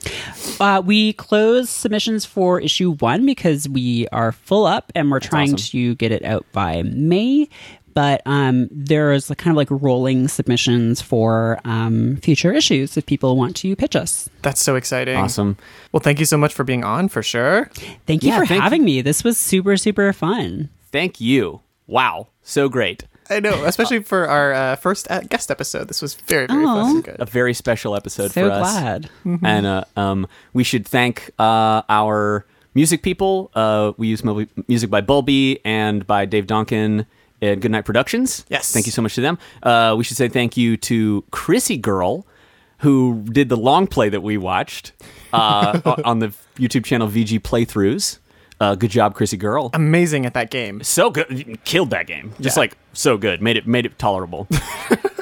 Uh, we close submissions for issue one because we are full up and we're trying to get it out by May. But um, there's kind of like rolling submissions for um, future issues if people want to pitch us.
That's so exciting.
awesome.
Well, thank you so much for being on for sure.
Thank you
Yeah,
for
thank
having me. This was super, super fun.
Thank you. Wow. So great.
I know,
[LAUGHS]
especially for our uh, first uh, guest episode. This was very, very fun and good.
A very special episode
So
for us.
glad.
And uh, um, we should thank uh, our music people. Uh, we use mo- music by Bulby and by Dave Donkin at Goodnight Productions.
Yes.
Thank you so much to them. Uh, we should say thank you to Chrissy Girl, who did the long play that we watched uh, [LAUGHS] o- on the YouTube channel VG Playthroughs. Uh, good job, Chrissy Girl.
Amazing at that game.
so good, killed that game. Just
Yeah.
like so good, made it made it [LAUGHS] tolerable.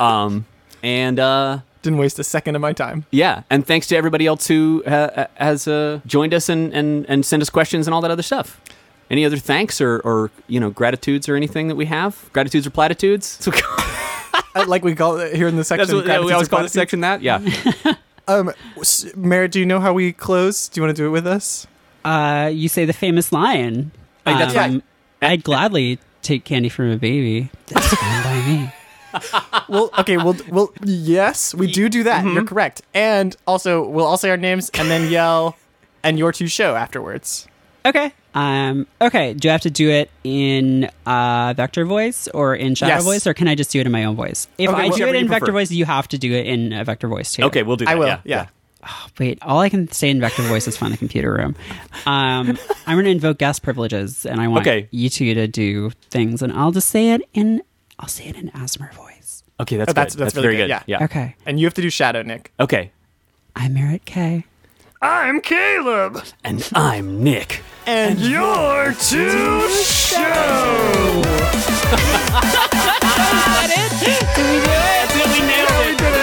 um, and uh,
Didn't waste a second of my time.
yeah, and thanks to everybody else who uh, has uh, joined us and, and, and sent us questions and all that other stuff. Any other thanks or, or you know gratitudes or anything that we have? Gratitudes or platitudes? [LAUGHS] That's what,
Uh, like we call it here in the section.
that's what- yeah, we
gratitudes
always
or
call
platitudes.
this section that. Yeah,
Um, s- Mary, do you know how we close? Do you want to do it with us?
Uh, you say the famous line. Um,
I think that's right.
I'd gladly take candy from a baby. That's fine by me.
Well, okay. We'll, we'll yes, we do do
Mm-hmm.
that. You're correct. And also, we'll all say our names and then yell, and your two show afterwards.
Okay. Um. Okay. Do I have to do it in uh, vector voice or in shadow
Yes.
voice, or can I just do it in my own voice? If
Okay,
I do
whichever
it
you
in vector
prefer.
voice, you have to do it in a vector voice too.
okay, we'll do. That.
I will. Yeah.
Wait. All I can say in vector voice is find the computer room.
[LAUGHS]
Um. I'm going to invoke guest privileges, and I want
Okay.
you two to do things, and I'll just say it in. I'll say it in Asmer voice.
Okay, that's
Oh, that's-
good.
that's
That's,
really
very good.
good, yeah.
Yeah.
Okay.
And you have to do shadow, Nick.
Okay.
I'm Merritt K.
I'm Caleb.
And I'm Nick.
And
You're too show.
Got it. Did we do
Yeah,
it?
we did